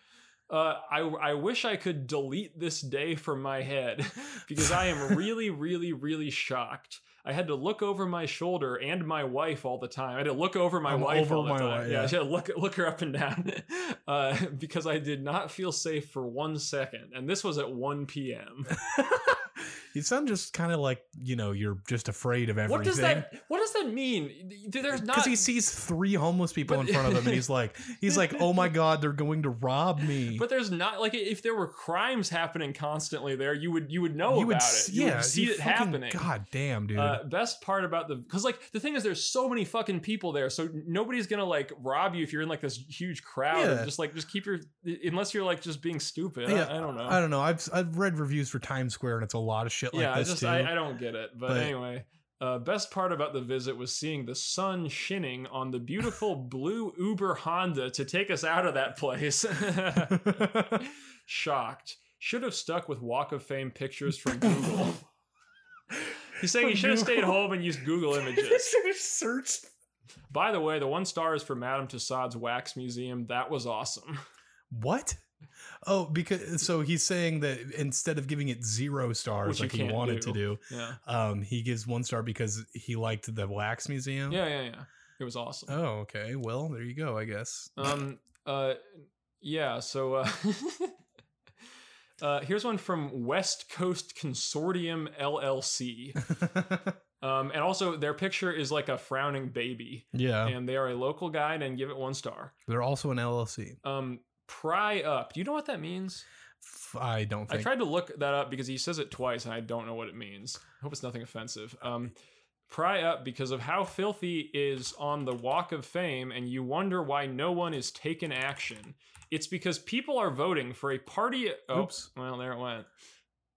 Uh, I, I wish I could delete this day from my head because I am really, really, really shocked. I had to look over my shoulder and my wife all the time. I had to look over my I'm wife over all the my time. wife, yeah, I yeah. had to look, look her up and down uh, because I did not feel safe for one second. And this was at 1 p.m. You sound just kind of like you know you're just afraid of everything. What does that What does that mean? There's not. Because he sees three homeless people But- in front of him, and he's like, he's like, oh my god, they're going to rob me. But there's not like if there were crimes happening constantly there, you would you would know about s- it. You would see you it fucking- happening. God damn, dude. Uh, best part about the because like the thing is there's so many fucking people there, so nobody's gonna like rob you if you're in like this huge crowd. Yeah. And just like just keep your unless you're like just being stupid. Yeah, I, I don't know. I don't know. I've I've read reviews for Times Square, and it's a lot of shit like yeah, I this just too. I, I don't get it. But, But- anyway. Uh, best part about the visit was seeing the sun shinning on the beautiful blue Uber Honda to take us out of that place. Shocked. Should have stuck with Walk of Fame pictures from Google. He's saying you From should have stayed Google. home and used Google images. searched. By the way, the one star is for Madame Tussaud's Wax Museum. That was awesome. What? Oh, because so he's saying that instead of giving it zero stars Which you like he can't wanted do. to do, Yeah. um, he gives one star because he liked the wax museum. Yeah, yeah, yeah. It was awesome. Oh, okay. Well, there you go. I guess. Um uh yeah, so uh Uh, here's one from West Coast Consortium LLC. Um, and also, their picture is like a frowning baby. yeah, And they are a local guide and give it one star. they're also an LLC. Um, pry up. Do you know what that means? F- I don't think. I tried to look that up because he says it twice and I don't know what it means. I hope it's nothing offensive. Um, pry up because of how filthy is on the walk of fame and you wonder why no one is taking action. It's because people are voting for a party. Oh, Oops. Well, there it went.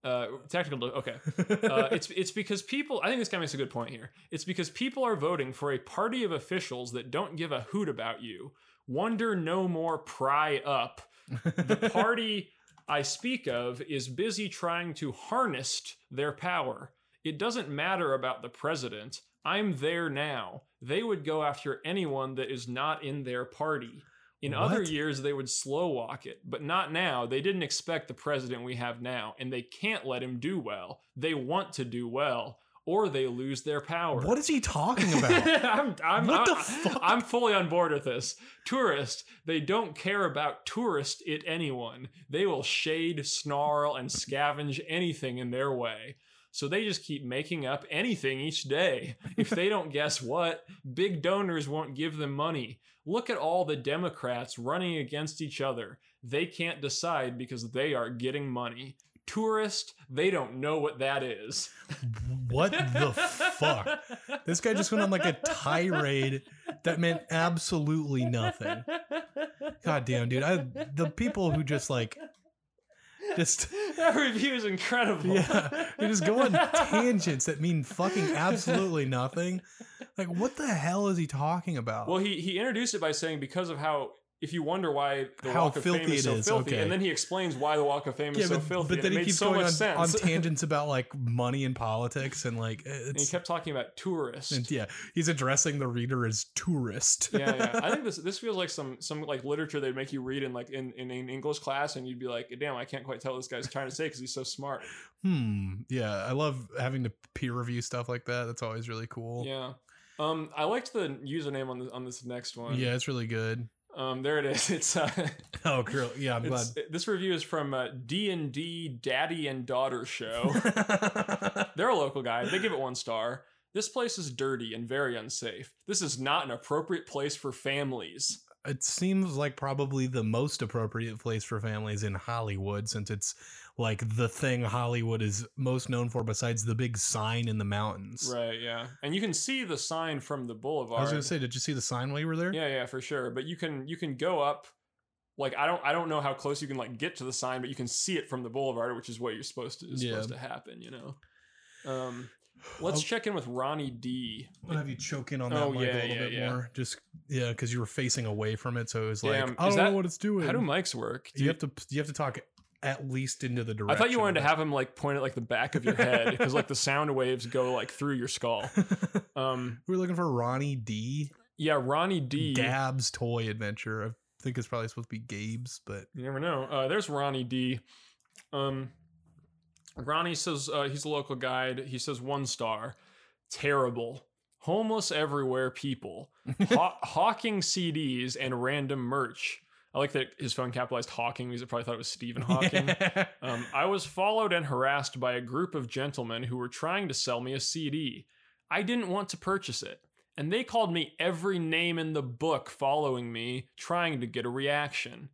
Uh, technical. Okay. Uh, it's it's because people. I think this guy makes a good point here. It's because people are voting for a party of officials that don't give a hoot about you. Wonder no more. Pry up. The party I speak of is busy trying to harness their power. It doesn't matter about the president. I'm there now. They would go after anyone that is not in their party. In other What? years, they would slow walk it, but not now. They didn't expect the president we have now, and they can't let him do well. They want to do well, or they lose their power. what is he talking about? I'm, I'm, What the I'm- fuck? I'm fully on board with this. Tourist, they don't care about tourist it anyone. They will shade, snarl, and scavenge anything in their way. So they just keep making up anything each day. If they don't guess what, big donors won't give them money. Look at all the Democrats running against each other. They can't decide because they are getting money. Tourist, they don't know what that is. what the fuck? This guy just went on like a tirade that meant absolutely nothing. God damn, dude. I the people who just like just That review is incredible. yeah, they just go on tangents that mean fucking absolutely nothing. Like what the hell is he talking about? Well, he he introduced it by saying because of how if you wonder why the How Walk of Fame filthy is it so is, filthy, okay. and then he explains why the Walk of Fame is yeah, so but, filthy. but and then it he made keeps so going much on, on sense. tangents about like money and politics and like and he it's kept talking about tourists. and yeah, he's addressing the reader as tourist. yeah, yeah. I think this this feels like some some like literature they'd make you read in like in, in an English class, and you'd be like, "Damn, I can't quite tell what this guy's trying to say because he's so smart." hmm. Yeah, I love having to peer review stuff like that. That's always really cool. Yeah. Um, I liked the username on this on this next one. Yeah, it's really good. Um, there it is. It's uh, Oh, girl. Yeah, I'm glad. It's, this review is from uh, D and D Daddy and Daughter Show. They're a local guy. They give it one star. This place is dirty and very unsafe. This is not an appropriate place for families. it seems like probably the most appropriate place for families in Hollywood, since it's like the thing Hollywood is most known for, besides the big sign in the mountains. Right. Yeah. And you can see the sign from the boulevard. I was gonna say, did you see the sign while you were there? Yeah, yeah, for sure. But you can you can go up like I don't I don't know how close you can like get to the sign, but you can see it from the boulevard, which is what you're supposed to is Yeah. supposed to happen, you know. Um, let's Oh. check in with Ronnie D. I'm gonna have you choke in on that Oh, mic yeah, a little yeah, bit yeah. more. Just yeah, because you were facing away from it, so it was Damn, like I is don't that- know what it's doing. How do mics work? Do you have to you have to talk at least into the I direction. thought you wanted to of have him like point at like the back of your head because like the sound waves go like through your skull. it. Um, we were looking for Ronnie D. yeah, Ronnie D. Gab's toy adventure. I think it's probably supposed to be Gabe's, but You never know. Uh, there's Ronnie D. Um, Ronnie says uh, he's a local guide. He says one star, terrible, homeless everywhere people, Haw- hawking CDs and random merch. I like that his phone capitalized hawking because it probably thought it was Stephen Hawking. Um, I was followed and harassed by a group of gentlemen who were trying to sell me a CD. I didn't want to purchase it, and they called me every name in the book following me, trying to get a reaction.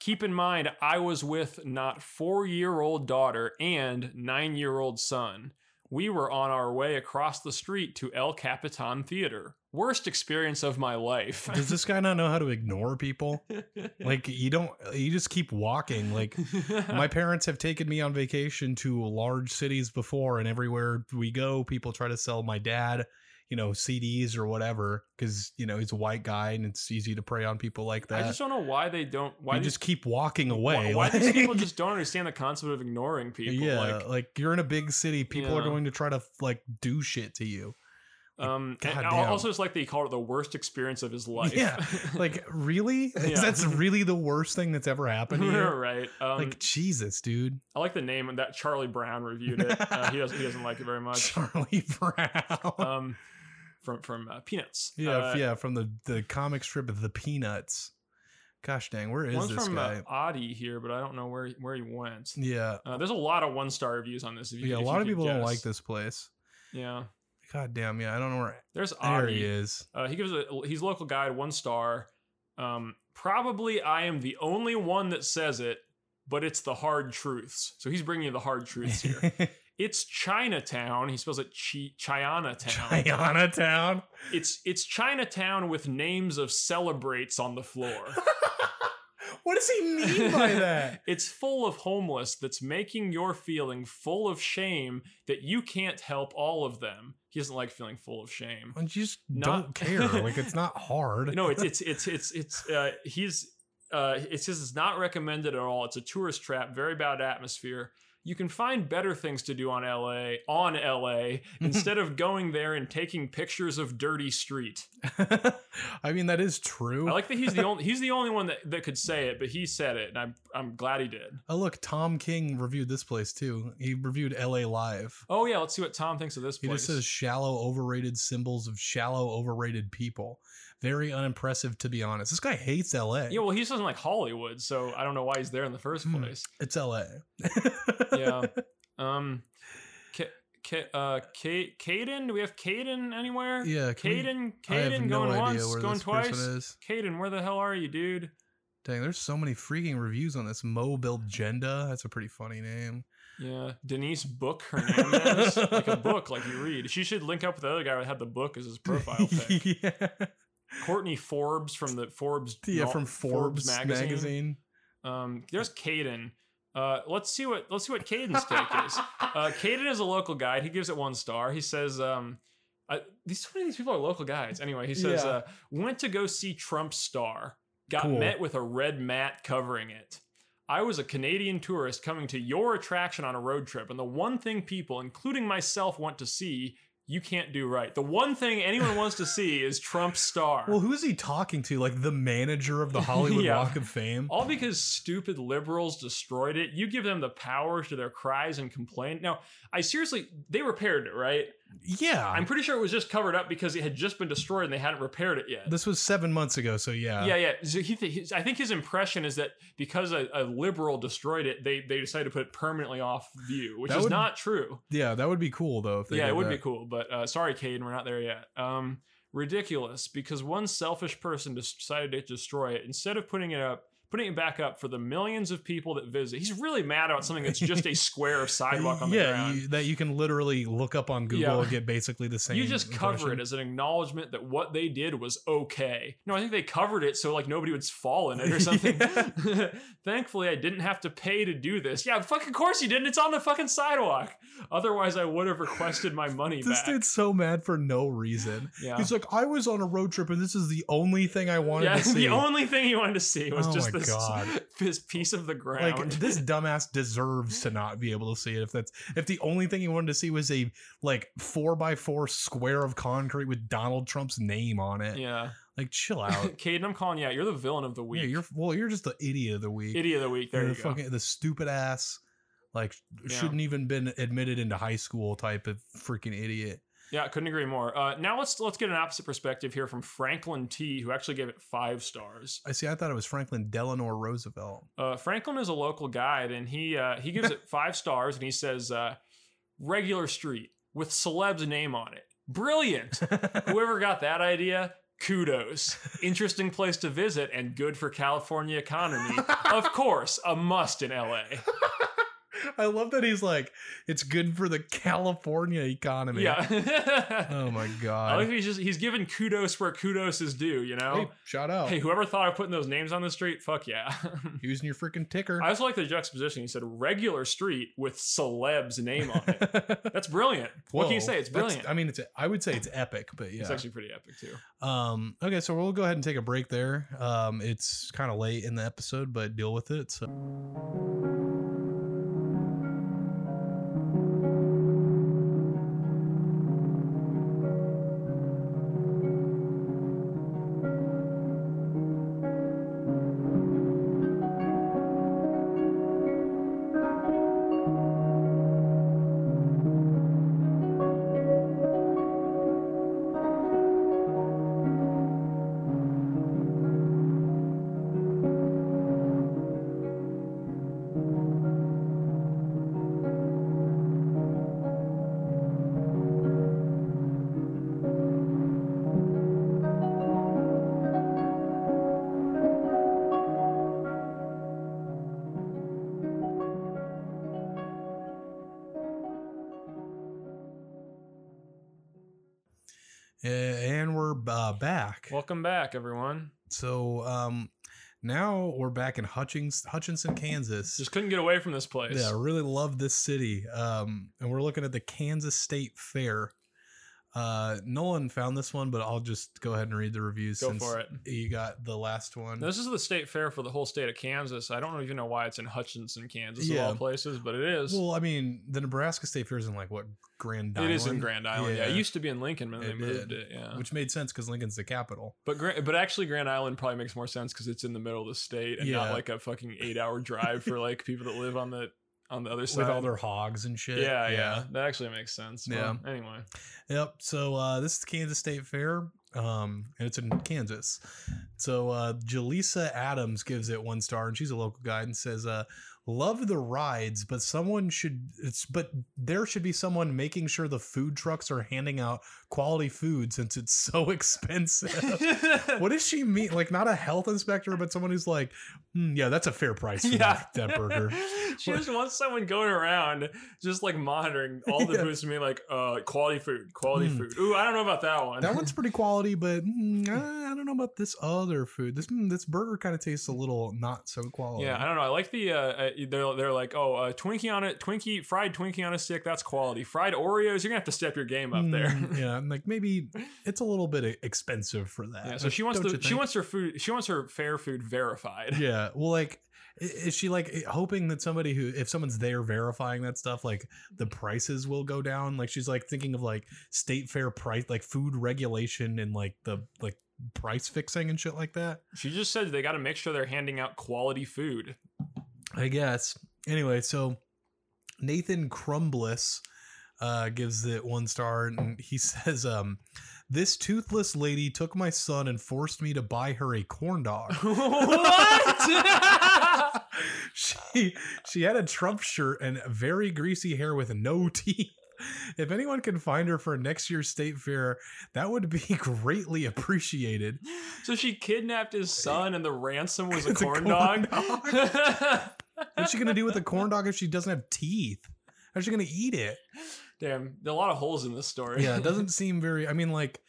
Keep in mind, I was with not four year old daughter and nine year old son. We were on our way across the street to El Capitan Theater. Worst experience of my life. Does this guy not know how to ignore people? Like you don't you just keep walking. Like my parents have taken me on vacation to large cities before and everywhere we go people try to sell my dad, you know, CDs or whatever cuz you know, he's a white guy and it's easy to prey on people like I that. just don't know why they don't. Why you these just keep walking away. Why, why these people like- just don't understand the concept of ignoring people? yeah, like, like, you're in a big city, people are Yeah. going to try to like do shit to you. um, and goddamn. al- also it's like they call it the worst experience of his life. Yeah, Like, really? Yeah. That's really the worst thing that's ever happened to you? right. Um, like, Jesus, dude. I like the name and that Charlie Brown reviewed it. Uh, he doesn't. He doesn't like it very much. Charlie Brown. Um, from from uh, Peanuts. yeah, Uh, yeah, from the the comic strip of the Peanuts. Gosh dang, where is One's this from guy? uh, Audi here, but I don't know where he- where he went. yeah, Uh, there's a lot of one star reviews on this. If you, yeah. A if you lot of could people don't guess. like this place. Yeah, God damn, yeah. I don't know where. there's There Audi. he is. Uh, he gives a he's local guide one star. Um, probably I am the only one that says it, but it's the hard truths. So he's bringing you the hard truths here. it's Chinatown. He spells it Chi- Chinatown. Chinatown. It's it's Chinatown with names of celebrates on the floor. What does he mean by that? It's full of homeless that's making your feeling full of shame that you can't help all of them. He doesn't like feeling full of shame. I just don't Not- care. Like it's not hard. no it's it's it's it's it's uh he's uh it says it's not recommended at all it's a tourist trap very bad atmosphere you can find better things to do on la on la instead of going there and taking pictures of dirty street I mean that is true. i like that he's the only he's the only one that, that could say it but he said it and i'm i'm glad he did oh look, Tom King reviewed this place too. He reviewed L.A. Live. oh yeah let's see what tom thinks of this He place just says shallow, overrated symbols of shallow, overrated people. Very unimpressive, to be honest. This guy hates LA. yeah well he doesn't like hollywood so i don't know why he's there in the first Hmm. place It's LA. yeah. Um, K- K- uh, K- Caden, do we have Caden anywhere? Yeah, can we- Caden, I have Caden, no going idea once, where going this person twice. is. Caden, where the hell are you, dude? Dang, there's so many freaking reviews on this. Mo Belgenda. That's a pretty funny name. Yeah, Denise Book Hernandez, like a book, like you read. She should link up with the other guy that had the book as his profile pic. yeah. Courtney Forbes from the Forbes, Yeah, no- from Forbes, magazine. Um, there's Caden. Uh, let's see what let's see what Caden's take is. Uh, Caden is a local guide. He gives it one star. He says, um, uh, these so many of these people are local guides. Anyway, he says, Yeah. uh, went to go see Trump's star. Got Cool. met with a red mat covering it. I was a Canadian tourist coming to your attraction on a road trip, and the one thing people, including myself, want to see, you can't do right. The one thing anyone wants to see is Trump's star. Well, who is he talking to? Like the manager of the Hollywood Yeah. Walk of Fame? All because stupid liberals destroyed it. You give them the power to their cries and complain. Now, I seriously, they repaired it, right? Yeah. I'm pretty sure it was just covered up because it had just been destroyed and they hadn't repaired it yet. this was seven months ago, so yeah. yeah, yeah. So he th- his, I think his impression is that because a, a liberal destroyed it, they they decided to put it permanently off view, which That is would- not true. Yeah, that would be cool though. If they Yeah, did it would that. be cool, but uh, sorry, Caden, we're not there yet. Um, ridiculous because one selfish person decided to destroy it instead of putting it up, putting it back up for the millions of people that visit. He's really mad about something that's just a square of sidewalk on the yeah, ground. you, that you can literally look up on Google Yeah. and get basically the same. You just cover impression. it as an acknowledgement that what they did was okay. No, I think they covered it so like nobody would fall in it or something. Thankfully, I didn't have to pay to do this. Yeah, fucking course you didn't. It's on the fucking sidewalk. Otherwise, I would have requested my money This back. dude's so mad for no reason. yeah. He's like, I was on a road trip, and this is the only thing I wanted yeah, to see. the only thing he wanted to see was Oh just my this, God. this piece of the ground. like this dumbass deserves to not be able to see it if that's if the only thing he wanted to see was a like four by four square of concrete with Donald Trump's name on it. yeah. Like, chill out. Caden, I'm calling you out. You're the villain of the week. yeah, you're well, you're just the idiot of the week. idiot of the week. There You're you the go. fucking the stupid ass. Like Yeah. shouldn't even been admitted into high school type of freaking idiot. Yeah, couldn't agree more. Uh, now let's let's get an opposite perspective here from Franklin T, who actually gave it five stars. I see. I thought it was Franklin Delano Roosevelt. Uh, Franklin is a local guide, and he uh, he gives it five stars, and he says, uh, "Regular street with celeb's name on it. Brilliant. Whoever got that idea." Kudos. Interesting place to visit and good for California economy. of course, a must in LA. I love that he's like, it's good for the California economy. Yeah. Oh my I like god. that he's just he's giving kudos where kudos is due, you know? Hey, shout out. Oh, Hey, whoever thought of putting those names on the street, fuck yeah. Using your freaking ticker. I also like the juxtaposition. He said regular street with celeb's name on it. That's brilliant. what can you Whoa, say? It's that's- brilliant. I mean, it's. I would say it's epic, but yeah. It's actually pretty epic too. um. Okay, so we'll go ahead and take a break there. Um. It's kind of late in the episode, but deal with it. So. Uh, and we're uh, back. Welcome back, everyone. so um, now we're back in Hutchings, Hutchinson, Kansas. Just couldn't get away from this place. Yeah, I really love this city. Um, and we're looking at the Kansas State Fair. Uh, Nolan found this one, but I'll just go ahead and read the reviews Go since for it. you got the last one. Now, This is the state fair for the whole state of Kansas. I don't even know why it's in Hutchinson, Kansas, Yeah. of all places, but it is. well, I mean, the Nebraska State Fair is in like what Grand it Island. is in Grand Island. Yeah. Yeah. it used to be in Lincoln, but then they It moved did. it. Yeah, which made sense because Lincoln's the capital. But Grand, but actually, Grand Island probably makes more sense because it's in the middle of the state and Yeah. not like a fucking eight-hour drive for like people that live on the on the other side. With all their hogs and shit. yeah, yeah, that actually makes sense. Yeah. Well, anyway, Yep. So uh, this is the Kansas State Fair, um, and it's in Kansas. So uh, Jaleesa Adams gives it one star, and she's a local guide and says, uh, "Love the rides, but someone should. It's but there should be someone making sure the food trucks are handing out quality food since it's so expensive." What does she mean? Like not a health inspector, but someone who's like, "Hmm, "Yeah, that's a fair price for yeah, that, that burger." she What- just wants someone going around, just like monitoring all the Yeah. booths and being like, uh, quality food, quality Mm. food. Ooh, I don't know about that one. That one's pretty quality, but mm, I I don't know about this other food. This mm, this burger kind of tastes a little not so quality. Yeah, I don't know. I like the uh, uh, they're they're like, oh, uh, Twinkie on it, Twinkie fried Twinkie on a stick. That's quality. Fried Oreos, you're gonna have to step your game up there. Mm, yeah, I'm like maybe it's a little bit e, expensive for that. Yeah, so she wants Don't the you she think? wants her food she wants her fair food verified. Yeah, well, like i- is she like hoping that somebody who if someone's there verifying that stuff like the prices will go down like she's like thinking of like state fair price like food regulation and like the like price fixing and shit like that She just said they got to make sure they're handing out quality food. I guess. Anyway, so Nathan Crumbliss uh, gives it one star, and he says, um, "This toothless lady took my son and forced me to buy her a corn dog." what? she she had a Trump shirt and very greasy hair with no teeth. If anyone can find her for next year's state fair, that would be greatly appreciated. So she kidnapped his son, and the ransom was a It's a corn, corn dog. What's she gonna do with a corn dog if she doesn't have teeth? How's she gonna eat it? Damn, there are a lot of holes in this story. Yeah, it doesn't seem very. I mean, like,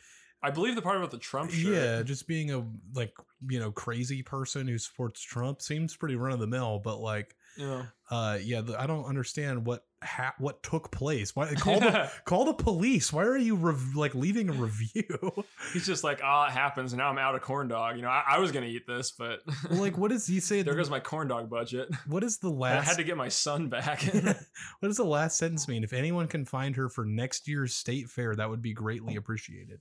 I believe the part about the Trump shirt. yeah, just being a like you know crazy person who supports Trump seems pretty run of the mill. But like, You know. uh, yeah, the, I don't understand what ha- what took place. Why call the call the police? Why are you rev- like leaving a review? He's just like, oh, it happens. And now I'm out of corn dog. You know, I, I was gonna eat this, but like, what is you say? there goes my corn dog budget. what is the I last? had to get my son back. what does the last sentence mean? If anyone can find her for next year's state fair, that would be greatly appreciated.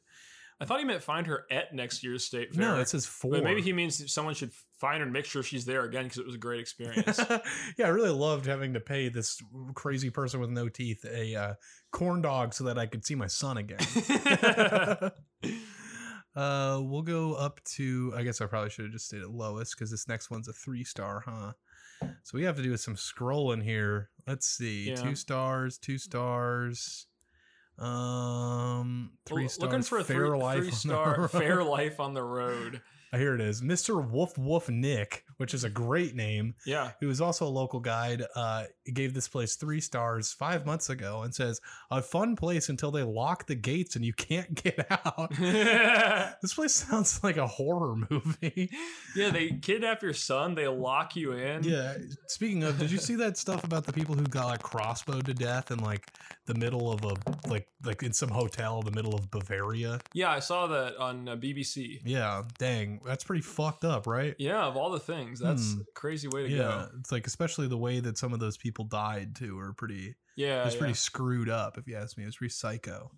I thought he meant find her at next year's state fair. No, it says four. but maybe he means someone should find her and make sure she's there again because it was a great experience. yeah, I really loved having to pay this crazy person with no teeth a uh, corn dog so that I could see my son again. uh, we'll go up to. I guess I probably should have just stayed at lowest because this next one's a three star, huh? So we have to do some scrolling here. Let's see, Yeah. two stars, two stars. Um, three Well, stars. Looking for a fair three, life three on the star road. fair life on the road. Oh, Here it is, Mr. Woof Woof Nick, which is a great name Yeah. who is also a local guide, uh, gave this place three stars five months ago and says, a fun place until they lock the gates and you can't get out. yeah, this place sounds like a horror movie. they kidnap your son, they lock you in. yeah. Speaking of, did you see that stuff about the people who got like crossbowed to death in like the middle of a like like in some hotel in the middle of Bavaria? Yeah, I saw that on uh, BBC. Yeah, dang, that's pretty fucked up, right? Yeah, of all the things, that's Hmm. a crazy way to Yeah, go. it's like especially the way that some of those people died too are pretty Yeah, It's yeah. pretty screwed up, if you ask me. It's pretty psycho.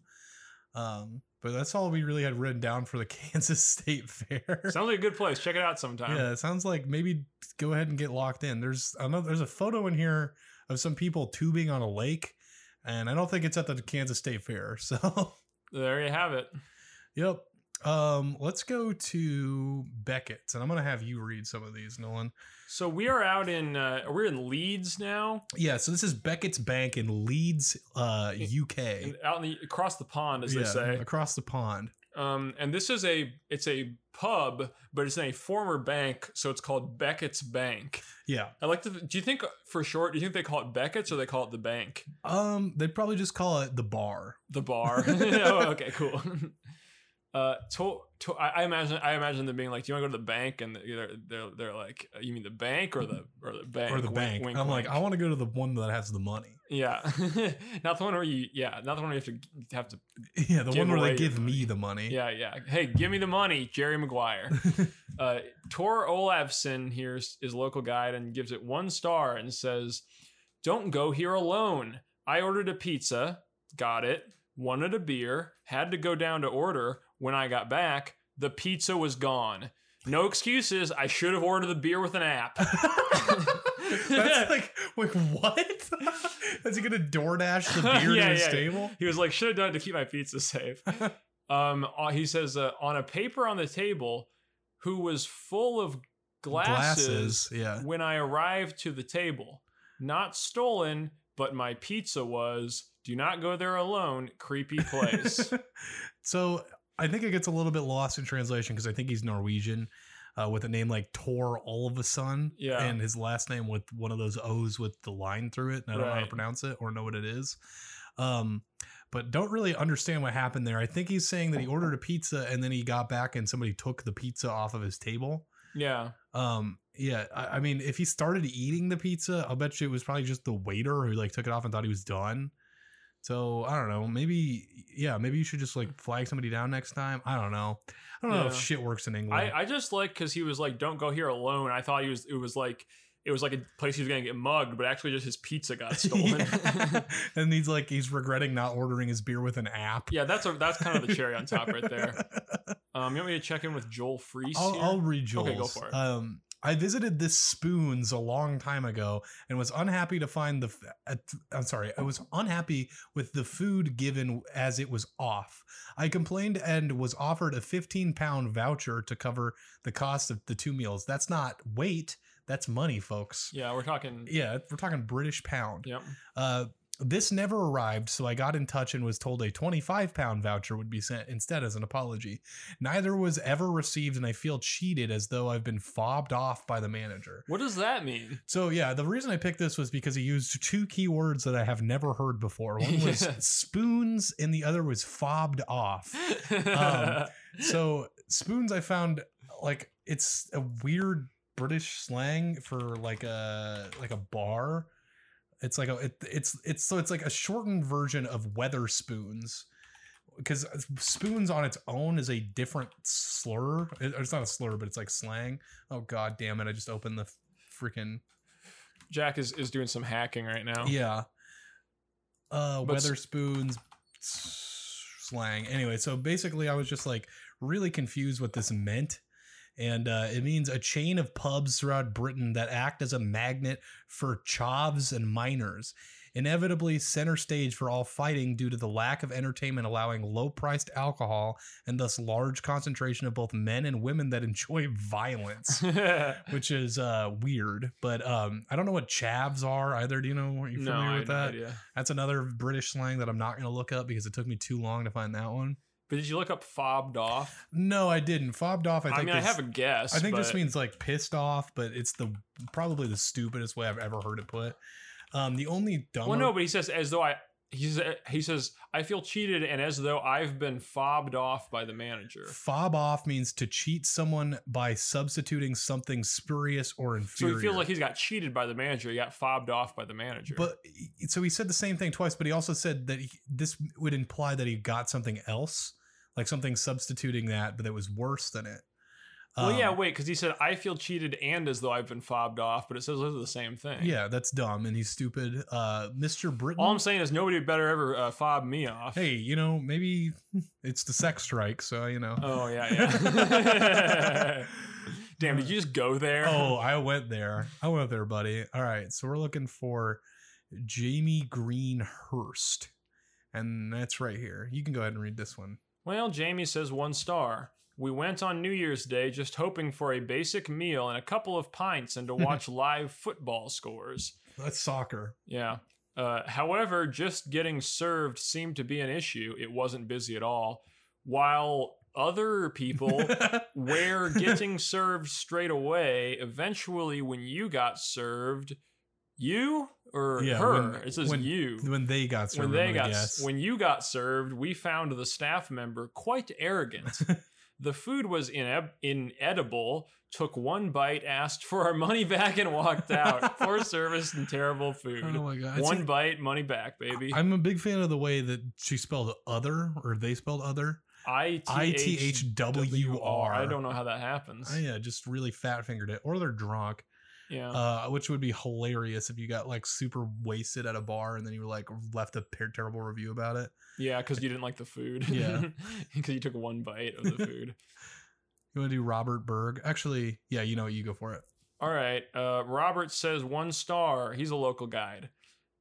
Um, but that's all we really had written down for the Kansas State Fair. Sounds like a good place. Check it out sometime. yeah, it sounds like maybe go ahead and get locked in. There's another. There's a photo in here of some people tubing on a lake, and I don't think it's at the Kansas State Fair. So, There you have it. yep. Um, let's go to Beckett's, and I'm gonna have you read some of these, Nolan. So we are out in uh, we're in Leeds now, Yeah, so this is Beckett's Bank in Leeds, uh, UK. and out in the, across the pond, as they Yeah, say. across the pond. Um, and this is a it's a pub, but it's in a former bank, so it's called Beckett's Bank. Yeah. I like to. Do you think for short? Do you think they call it Beckett's or they call it the bank? Um, they'd probably just call it the bar. The bar. Oh, okay, cool. Uh, to, to, I, I imagine I imagine them being like, "Do you want to go to the bank?" And they're they're, they're like, "Uh, "You mean the bank or the or the bank or the Wink, bank. wink, I'm like, "Oh." wink. I want to go to the one that has the money. yeah, not the one where you yeah, not the one where you have to have to Yeah, the Give one where away they your give money. me the money. yeah yeah. Hey, give me the money, Jerry Maguire. uh, Tor Olafson here is is local guide and gives it one star and says, "Don't go here alone. I ordered a pizza, got it, wanted a beer, had to go down to order. When I got back, the pizza was gone. No excuses. I should have ordered the beer with an app." That's like, like what? is he gonna DoorDash the beer Yeah, to his yeah. table? He was like, should have done it to keep my pizza safe. um, uh, he says, uh, on a paper on the table, who was full of glasses, Glasses, yeah. when I arrived to the table. Not stolen, but my pizza was. Do not go there alone. Creepy place. so I think it gets a little bit lost in translation because I think he's Norwegian. Uh, with a name like Tor Olvason, Yeah. and his last name with one of those O's with the line through it, and I don't know how to Right. pronounce it or know what it is. Um, but don't really understand what happened there. I think he's saying that he ordered a pizza and then he got back and somebody took the pizza off of his table. yeah. Um, yeah, I, I mean, if he started eating the pizza, I'll bet you it was probably just the waiter who like took it off and thought he was done. So I don't know. Maybe yeah, maybe you should just like flag somebody down next time. I don't know. I don't know if Yeah. shit works in England. I, I just like because he was like, don't go here alone. I thought he was, it was like, it was like a place he was going to get mugged, but actually just his pizza got stolen. Yeah. and he's like he's regretting not ordering his beer with an app. yeah, that's a, that's kind of the cherry on top right there. Um, you want me to check in with Joel Freese? I'll, here? I'll read Joel's. Okay, go for it. Um, I visited this spoons a long time ago and was unhappy to find the. f- at- I'm sorry, I was unhappy with the food given as it was off. I complained and was offered a 15 pound voucher to cover the cost of the two meals. That's not weight, that's money, folks. yeah, we're talking. Yeah, we're talking British pound. Yep. Uh, This never arrived, so I got in touch and was told a 25 pound voucher would be sent instead as an apology. Neither was ever received, and I feel cheated as though I've been fobbed off by the manager. What does that mean? So, yeah, the reason I picked this was because he used two keywords that I have never heard before. One was Yeah. spoons, and the other was fobbed off. Um, So, spoons, I found like it's a weird British slang for like a like a bar. It's like a it, it's it's so it's like a shortened version of weather spoons because spoons on its own is a different slur. It- it's not a slur, but it's like slang. Oh god damn it! I just opened the freaking Jack is, is doing some hacking right now. yeah. Uh, But s- weather spoons s- slang. Anyway, so basically, I was just like really confused what this meant. And uh, it means a chain of pubs throughout Britain that act as a magnet for chavs and minors, inevitably center stage for all fighting due to the lack of entertainment allowing low priced alcohol and thus large concentration of both men and women that enjoy violence which is uh weird but um i don't know what chavs are either do you know are you no, familiar I with have no that idea. that's another british slang that i'm not going to look up because it took me too long to find that one But did you look up fobbed off? no i didn't fobbed off i I, think mean, I is- have a guess. I think this but- means like pissed off but it's the probably the stupidest way i've ever heard it put um the only dumb Well, no, but he says as though I. He says, he says, I feel cheated and as though I've been fobbed off by the manager. fob off means to cheat someone by substituting something spurious or So inferior he feels like he's got cheated by the manager. He got fobbed off by the manager. But e, so he said the same thing twice, but he also said that he, this would imply that he got something else, like something substituting that, but that was worse than it. well, yeah, Um, wait, because he said I feel cheated and as though I've been fobbed off, but it says those are the same thing. yeah, that's dumb and he's stupid. Uh, Mr. Britain. All I'm saying is nobody better ever uh, fob me off. hey, you know, maybe it's the sex strike, so you know. Oh yeah, yeah. Damn, did you just go there? oh, I went there. I went there, buddy. All right, so we're looking for Jamie Greenhurst, and that's right here. You can go ahead and read this one. Well, Jamie says one star. We went on New Year's Day just hoping for a basic meal and a couple of pints and to watch live football scores. That's soccer. Yeah. Uh, however, just getting served seemed to be an issue. It wasn't busy at all. While other people were getting served straight away, eventually, when you got served, you or Yeah, her? when- it says when- you. when they got served. when they I'm gonna got guess. when you got served, we found the staff member quite arrogant. the food was ineb- inedible. Took one bite, asked for our money back, and walked out. Poor service and terrible food. oh my god, one See, bite, money back, baby. I'm a big fan of the way that she spelled other, or they spelled other. I T I-T-H-W-R. H W R. I don't know how that happens. Oh, yeah, just really fat fingered it, or they're drunk, yeah. uh, which would be hilarious if you got like super wasted at a bar and then you were like left a per- terrible review about it. yeah, because you didn't like the food. Yeah. Because you took one bite of the food. You want to do Robert Berg? Actually, yeah, you know what? You go for it. All right. Uh, Robert says one star. He's a local guide.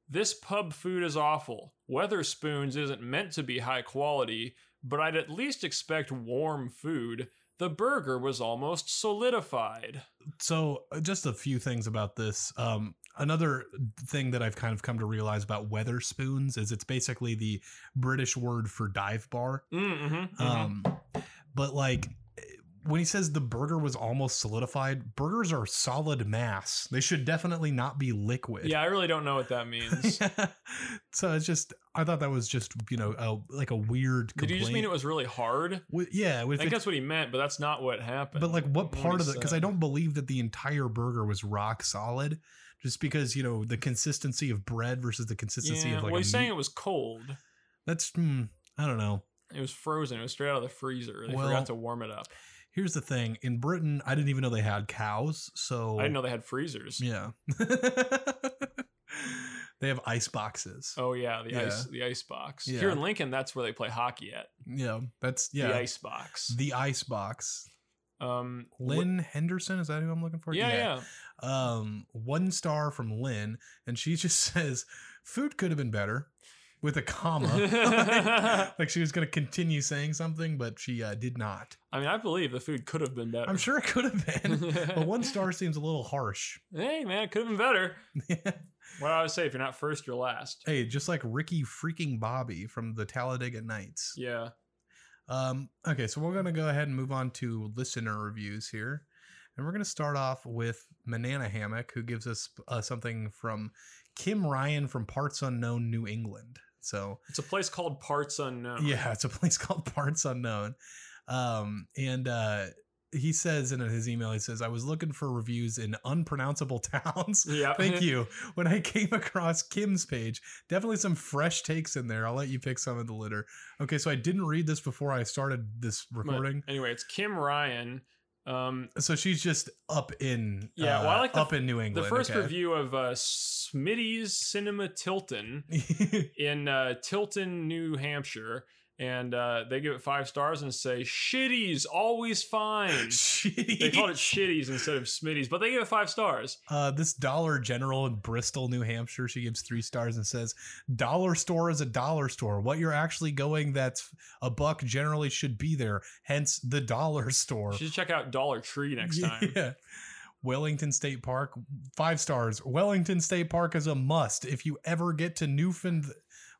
This pub food is awful. Weatherspoons isn't meant to be high quality, but I'd at least expect warm food. The burger was almost solidified. so uh, just a few things about this um another thing that i've kind of come to realize about weather spoons is it's basically the british word for dive bar Mm-hmm, um but like eh, when he says the burger was almost solidified burgers are solid mass they should definitely not be liquid yeah, I really don't know what that means. so it's just i thought that was just you know a, like a weird complaint Did you just mean it was really hard? Wi- yeah I if think it- that's what he meant, but that's not what happened. But like, what What part of he the? Because I said. don't believe that the entire burger was rock solid, just because you know the consistency of bread versus the consistency yeah, of like. well, a he's saying meat. it was cold. That's hmm, I don't know. It was frozen. It was straight out of the freezer. They Well, forgot to warm it up. Here's the thing: in Britain, I didn't even know they had cows. So I didn't know they had freezers. Yeah. they have ice boxes. Oh yeah, the Yeah. ice, the ice box. Yeah. Here in Lincoln, that's where they play hockey at. Yeah, that's yeah. The ice box. The ice box. Um, wh- Lynn Henderson is that who I'm looking for? Yeah, yeah. um, one star from Lynn, and she just says, "Food could have been better," with a comma. like, she was going to continue saying something, but she uh, did not. I mean, I believe the food could have been better. I'm sure it could have been, but one star seems a little harsh. hey man, it could have been better. What I would say, if you're not first, you're last. Hey, just like Ricky freaking Bobby from the Talladega Nights. Yeah. Um, okay, so we're gonna go ahead and move on to listener reviews here, and we're gonna start off with Manana Hammock, who gives us uh, something from Kim Ryan from Parts Unknown, New England. So It's a place called Parts Unknown. yeah, it's a place called Parts Unknown, um, and uh, he says in his email, he says, "I was looking for reviews in unpronounceable towns." Yeah. Thank you. When I came across Kim's page, definitely some fresh takes in there. I'll let you pick some of the litter. Okay, so I didn't read this before I started this recording. Anyway, it's Kim Ryan. Um, So she's just up in uh, Yeah, well, I like the- up in New the England. first okay. review of uh, Smitty's Cinema Tilton in uh, Tilton, New Hampshire, and uh, they give it five stars and say "Shitties always fine." Shitty. they called it "Shitties" instead of "Smitties," but they give it five stars. Uh, this Dollar General in Bristol, New Hampshire, she gives three stars and says, "Dollar store is a dollar store. What you're actually going that's a buck generally should be there. Hence the dollar store." You should check out Dollar Tree next time. Yeah. Wellington State Park, five stars. Wellington State Park is a must if you ever get to Newfound.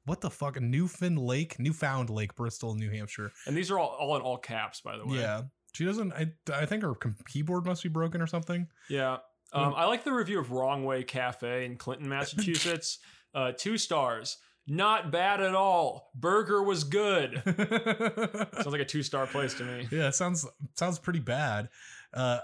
What the fuck? Newfound Lake, Newfound Lake, Bristol, New Hampshire. And these are all, all in all caps, by the way. Yeah. She doesn't. I, I think her com- keyboard must be broken or something. Yeah. Um, I like the review of Wrong Way Cafe in Clinton, Massachusetts. uh, two stars. Not bad at all. Burger was good. Sounds like a two star place to me. yeah, it sounds sounds pretty bad. Uh,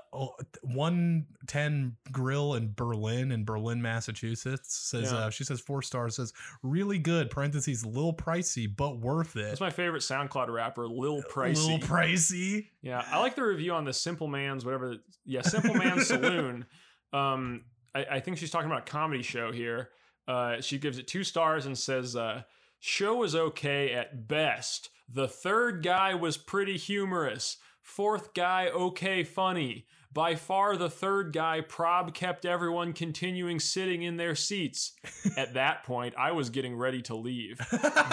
one ten grill in Berlin in Berlin, Massachusetts says Yeah. uh, she says four stars says really good parentheses little pricey but worth it. That's my favorite SoundCloud rapper, Lil Pricey. Little pricey. yeah, I like the review on the Simple Man's whatever. Yeah, Simple Man's Saloon. Um, I, I think she's talking about a comedy show here. Uh, she gives it two stars and says, uh, "Show was okay at best. The third guy was pretty humorous. Fourth guy okay funny. By far the third guy prob kept everyone continuing sitting in their seats. At that point, I was getting ready to leave."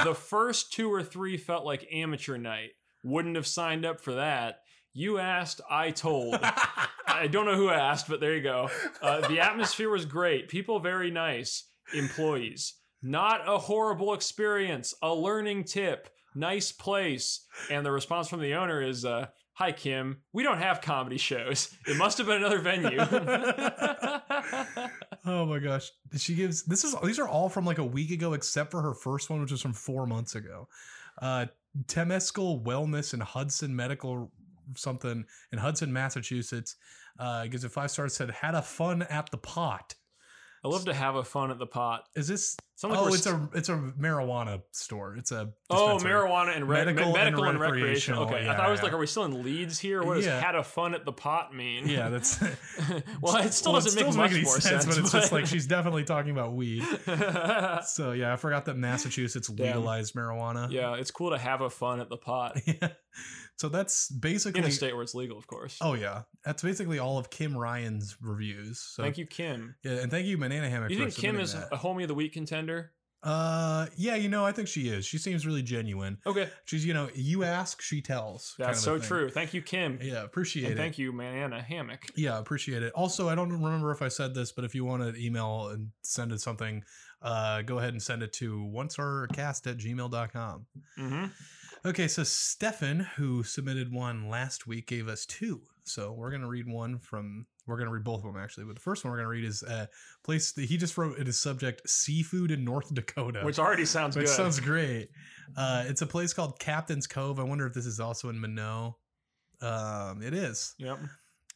the first two or three felt like amateur night. Wouldn't have signed up for that. You asked, I told. I don't know who asked, but there you go. Uh, the atmosphere was great. People very nice. Employees. Not a horrible experience. A learning tip. Nice place. And the response from the owner is, uh, Hi, Kim. We don't have comedy shows. It must have been another venue. oh my gosh. She gives this is these are all from like a week ago, except for her first one, which was from four months ago. Uh Temescal Wellness and Hudson Medical something in Hudson, Massachusetts. Uh gives it five stars, said had a fun at the pot. I love to have a fun at the pot. Is this Sounds like Oh, we're it's a it's a marijuana store. It's a Oh, dispensary. marijuana and re- Medical medical, and medical and, recreational. recreational, Okay, yeah, I thought I was yeah. like, are we still in Leeds here? What does Yeah. "had a fun at the pot" mean? Yeah, that's well, it still Well, doesn't still make much any more sense, but it's just like she's definitely talking about weed. like. So yeah, I forgot that Massachusetts Damn. legalized marijuana. yeah, it's cool to have a fun at the pot yeah. So that's in a basically. state where it's legal, of course. Oh yeah, that's basically all of Kim Ryan's reviews. So Thank you, Kim. Yeah, and thank you, Banana Hammock. You for think Kim submitting is that. a homie of the week contender? Uh, yeah, you know, I think she is. She seems really genuine. Okay, She's, you know, you ask, she tells. kind that's of a so thing. true. Thank you, Kim. Yeah, appreciate and it. thank you, Manana Hammock. Yeah, appreciate it. Also, I don't remember if I said this, but if you want to email and send it something, uh, go ahead and send it to onceourcast at gmail.com. hmm Okay, so Stefan, who submitted one last week, gave us two. So we're gonna read one from. We're gonna read both of them actually, but the first one we're gonna read is uh, place that he just wrote. It is subject seafood in North Dakota, Which already sounds which good. sounds great. Uh, it's a place called Captain's Cove. I wonder if this is also in Minot. Um, it is. yep,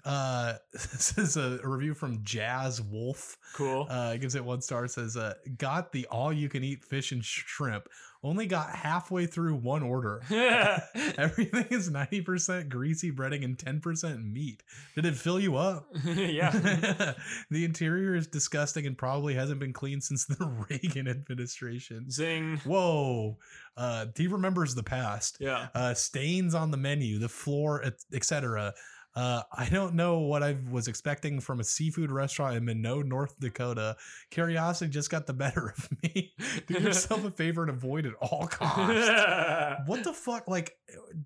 Uh, this is a, a review from Jazz Wolf. cool. Uh, gives it one star. Says, uh, "Got the all-you-can-eat fish and shrimp. Only got halfway through one order. Everything is 90% greasy breading and 10% meat. Did it fill you up? yeah. Mm-hmm. the interior is disgusting and probably hasn't been cleaned since the Reagan administration. Zing. Whoa. Uh, he remembers the past. Yeah. Uh, stains on the menu, the floor, etc. Uh, I don't know what I was expecting from a seafood restaurant in Minot, North Dakota. Curiosity just got the better of me. Do yourself a favor and avoid at all costs what the fuck? Like,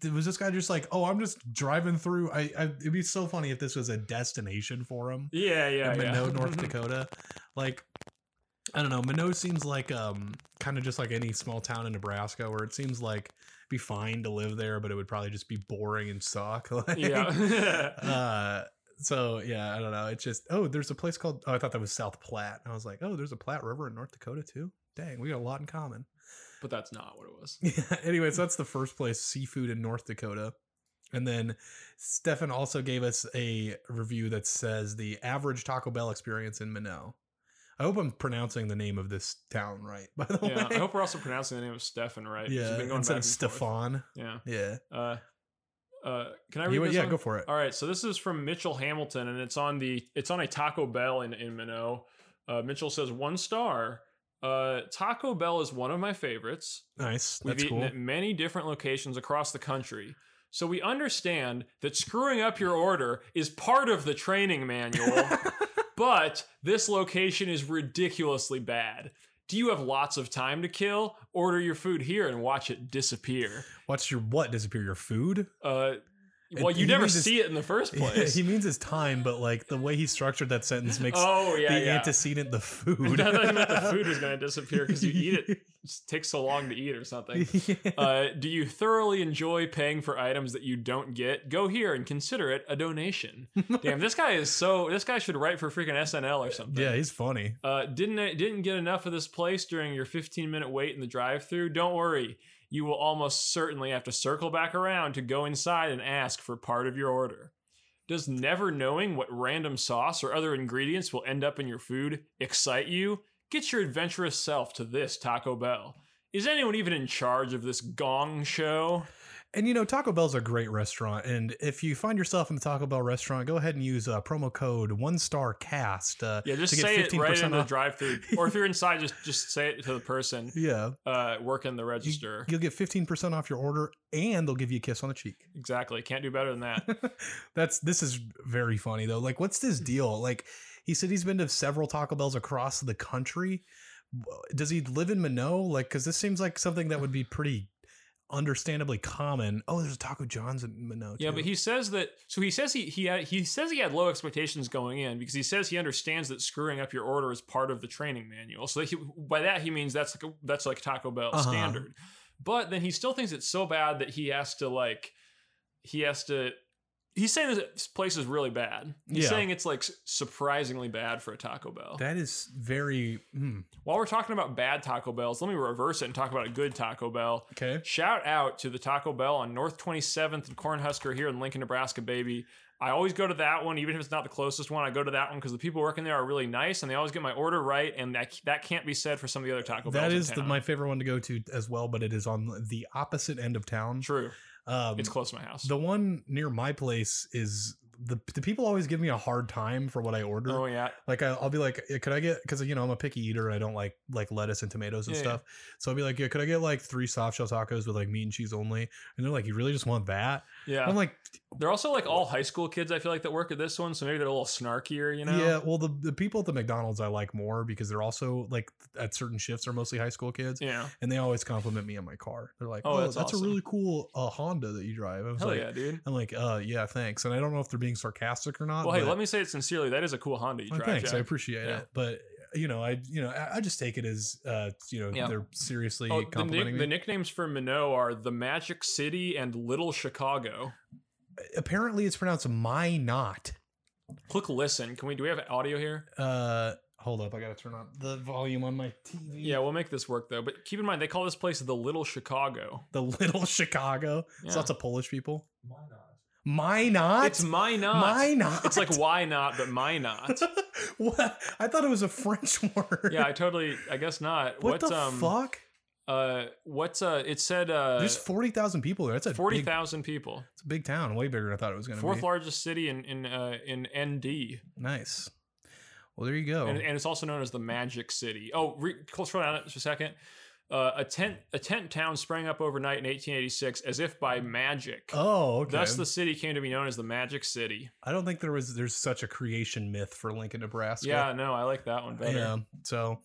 th- was this guy just like, oh, I'm just driving through? I, I it'd be so funny if this was a destination for him Yeah, yeah, in yeah. Minot, North Dakota. Like, I don't know. Minot seems like um kind of just like any small town in Nebraska where it seems like it'd be fine to live there, but it would probably just be boring and suck. Like, Yeah. uh, so yeah, I don't know. It's just oh, there's a place called oh, I thought that was South Platte. I was like, oh, there's a Platte River in North Dakota too. Dang, we got a lot in common. but that's not what it was. Yeah. Anyways, that's the first place seafood in North Dakota. And then Stefan also gave us a review that says the average Taco Bell experience in Minot. I hope I'm pronouncing the name of this town right, by the Yeah. way. I hope we're also pronouncing the name of Stefan right. 'cause we've yeah, been going instead back of and forth. Stefan. Yeah. Yeah. Uh, uh, can I read You- this yeah, one? go for it. All right, so this is from Mitchell Hamilton, and it's on the it's on a Taco Bell in in Minot. Uh, Mitchell says one star. Uh, Taco Bell is one of my favorites. Nice. We've That's eaten cool. at many different locations across the country. So we understand that screwing up your order is part of the training manual, but this location is ridiculously bad. Do you have lots of time to kill? Order your food here and watch it disappear. Watch your what disappear? Your food? Uh, well, It- he you never means it's- see it in the first place. he means his time, but like the way he structured that sentence makes oh yeah, the yeah. antecedent the food. I thought you meant the food was going to disappear because you eat it. It just takes so long to eat or something. Yeah. Uh, do you thoroughly enjoy paying for items that you don't get? Go here and consider it a donation. Damn, this guy is so. This guy should write for freaking SNL or something. yeah, he's funny. Uh, didn't didn't get enough of this place during your 15 minute wait in the drive through? Don't worry, you will almost certainly have to circle back around to go inside and ask for part of your order. Does never knowing what random sauce or other ingredients will end up in your food excite you? Get your adventurous self to this Taco Bell. Is anyone even in charge of this gong show? And you know, Taco Bell's a great restaurant. And if you find yourself in the Taco Bell restaurant, go ahead and use uh, promo code one star cast. Uh, Yeah, just to get say it right 15% in the off. drive through. Or if you're inside, just just say it to the person Yeah, uh, working the register. you'll get fifteen percent off your order, and they'll give you a kiss on the cheek. exactly. Can't do better than that. That's this is very funny though. Like, what's Mm-hmm. this deal? Like, he said he's been to several Taco Bells across the country. W- Does he live in Minot? Like, because this seems like something that would be pretty understandably common. Oh, there's a Taco John's in Minot. Yeah, too. but he says that. So he says he he had, he says he had low expectations going in because he says he understands that screwing up your order is part of the training manual. So he, by that he means that's like a, that's like Taco Bell Uh-huh. standard. But then he still thinks it's so bad that he has to like he has to. He's saying this place is really bad. He's Yeah. saying it's like s- surprisingly bad for a Taco Bell. that is very hmm, While we're talking about bad Taco Bells, let me reverse it and talk about a good Taco Bell. okay. Shout out to the Taco Bell on North 27th and Cornhusker here in Lincoln, Nebraska, baby. I always go to that one, even if it's not the closest one. I go to that one because the people working there are really nice, and they always get my order right. And that that can't be said for some of the other Taco Bells. That in is the, town. my favorite one to go to as well, but it is on the opposite end of town. true. Um, It's close to my house. The one near my place is the the people always give me a hard time for what I order. oh yeah, Like I, I'll be like, "Yeah, could I get? Because you know I'm a picky eater. and I don't like like lettuce and tomatoes and Yeah, stuff. So I'll be like, yeah, could I get like three soft shell tacos with like meat and cheese only? And they're like, you really just want that? yeah. I'm like, They're also like all high school kids. I feel like that work at this one, so maybe they're a little snarkier. You know? yeah. Well, the the people at the McDonald's I like more because they're also like at certain shifts are mostly high school kids. Yeah. and they always compliment me on my car. They're like, "Oh, Oh, that's, that's a awesome. really cool uh, Honda that you drive." I was Hell like, yeah, dude. "I'm like, uh, yeah, thanks." And I don't know if they're being sarcastic or not. Well, hey, but- let me say it sincerely. That is a cool Honda you Well, drive. thanks, I Jack. appreciate Yeah. it, but you know, I you know, I, I just take it as uh, you know, Yeah. they're seriously Oh, the, complimenting nick- me. the nicknames for Minot are the Magic City and Little Chicago. Apparently, it's pronounced "my not." Click listen. Can we do we have audio here? Uh, hold up, I gotta turn on the volume on my TV. Yeah, we'll make this work though. But keep in mind they call this place the Little Chicago. the Little Chicago. It's Yeah. lots of Polish people. My not. It's my not. my not. It's like why not, but my not. what? I thought it was a French word. yeah, I totally I guess not. What What's the um fuck? uh what's uh it said uh There's forty thousand people there. That's a forty big, thousand people. it's a big town, way bigger than I thought it was going to be. Fourth largest city in in uh, in ND, nice. Well, there you go. and, and it's also known as the Magic City. Oh, re- scroll down just a second. Uh, a tent a tent town sprang up overnight in 1886 as if by magic. oh, okay. Thus, the city came to be known as the Magic City. I don't think there was there's such a creation myth for Lincoln, Nebraska. Yeah, no, I like that one better. Yeah. So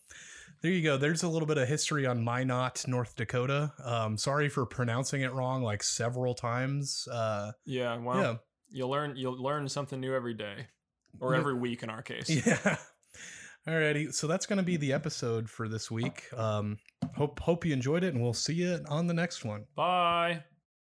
there you go. There's a little bit of history on Minot, North Dakota. Um, sorry for pronouncing it wrong like several times. Uh, Yeah, well, you learn you learn something new every day, or Yeah. every week in our case. yeah. Yeah. Alrighty, so that's going to be the episode for this week. Um, hope hope you enjoyed it, and we'll see you on the next one. Bye.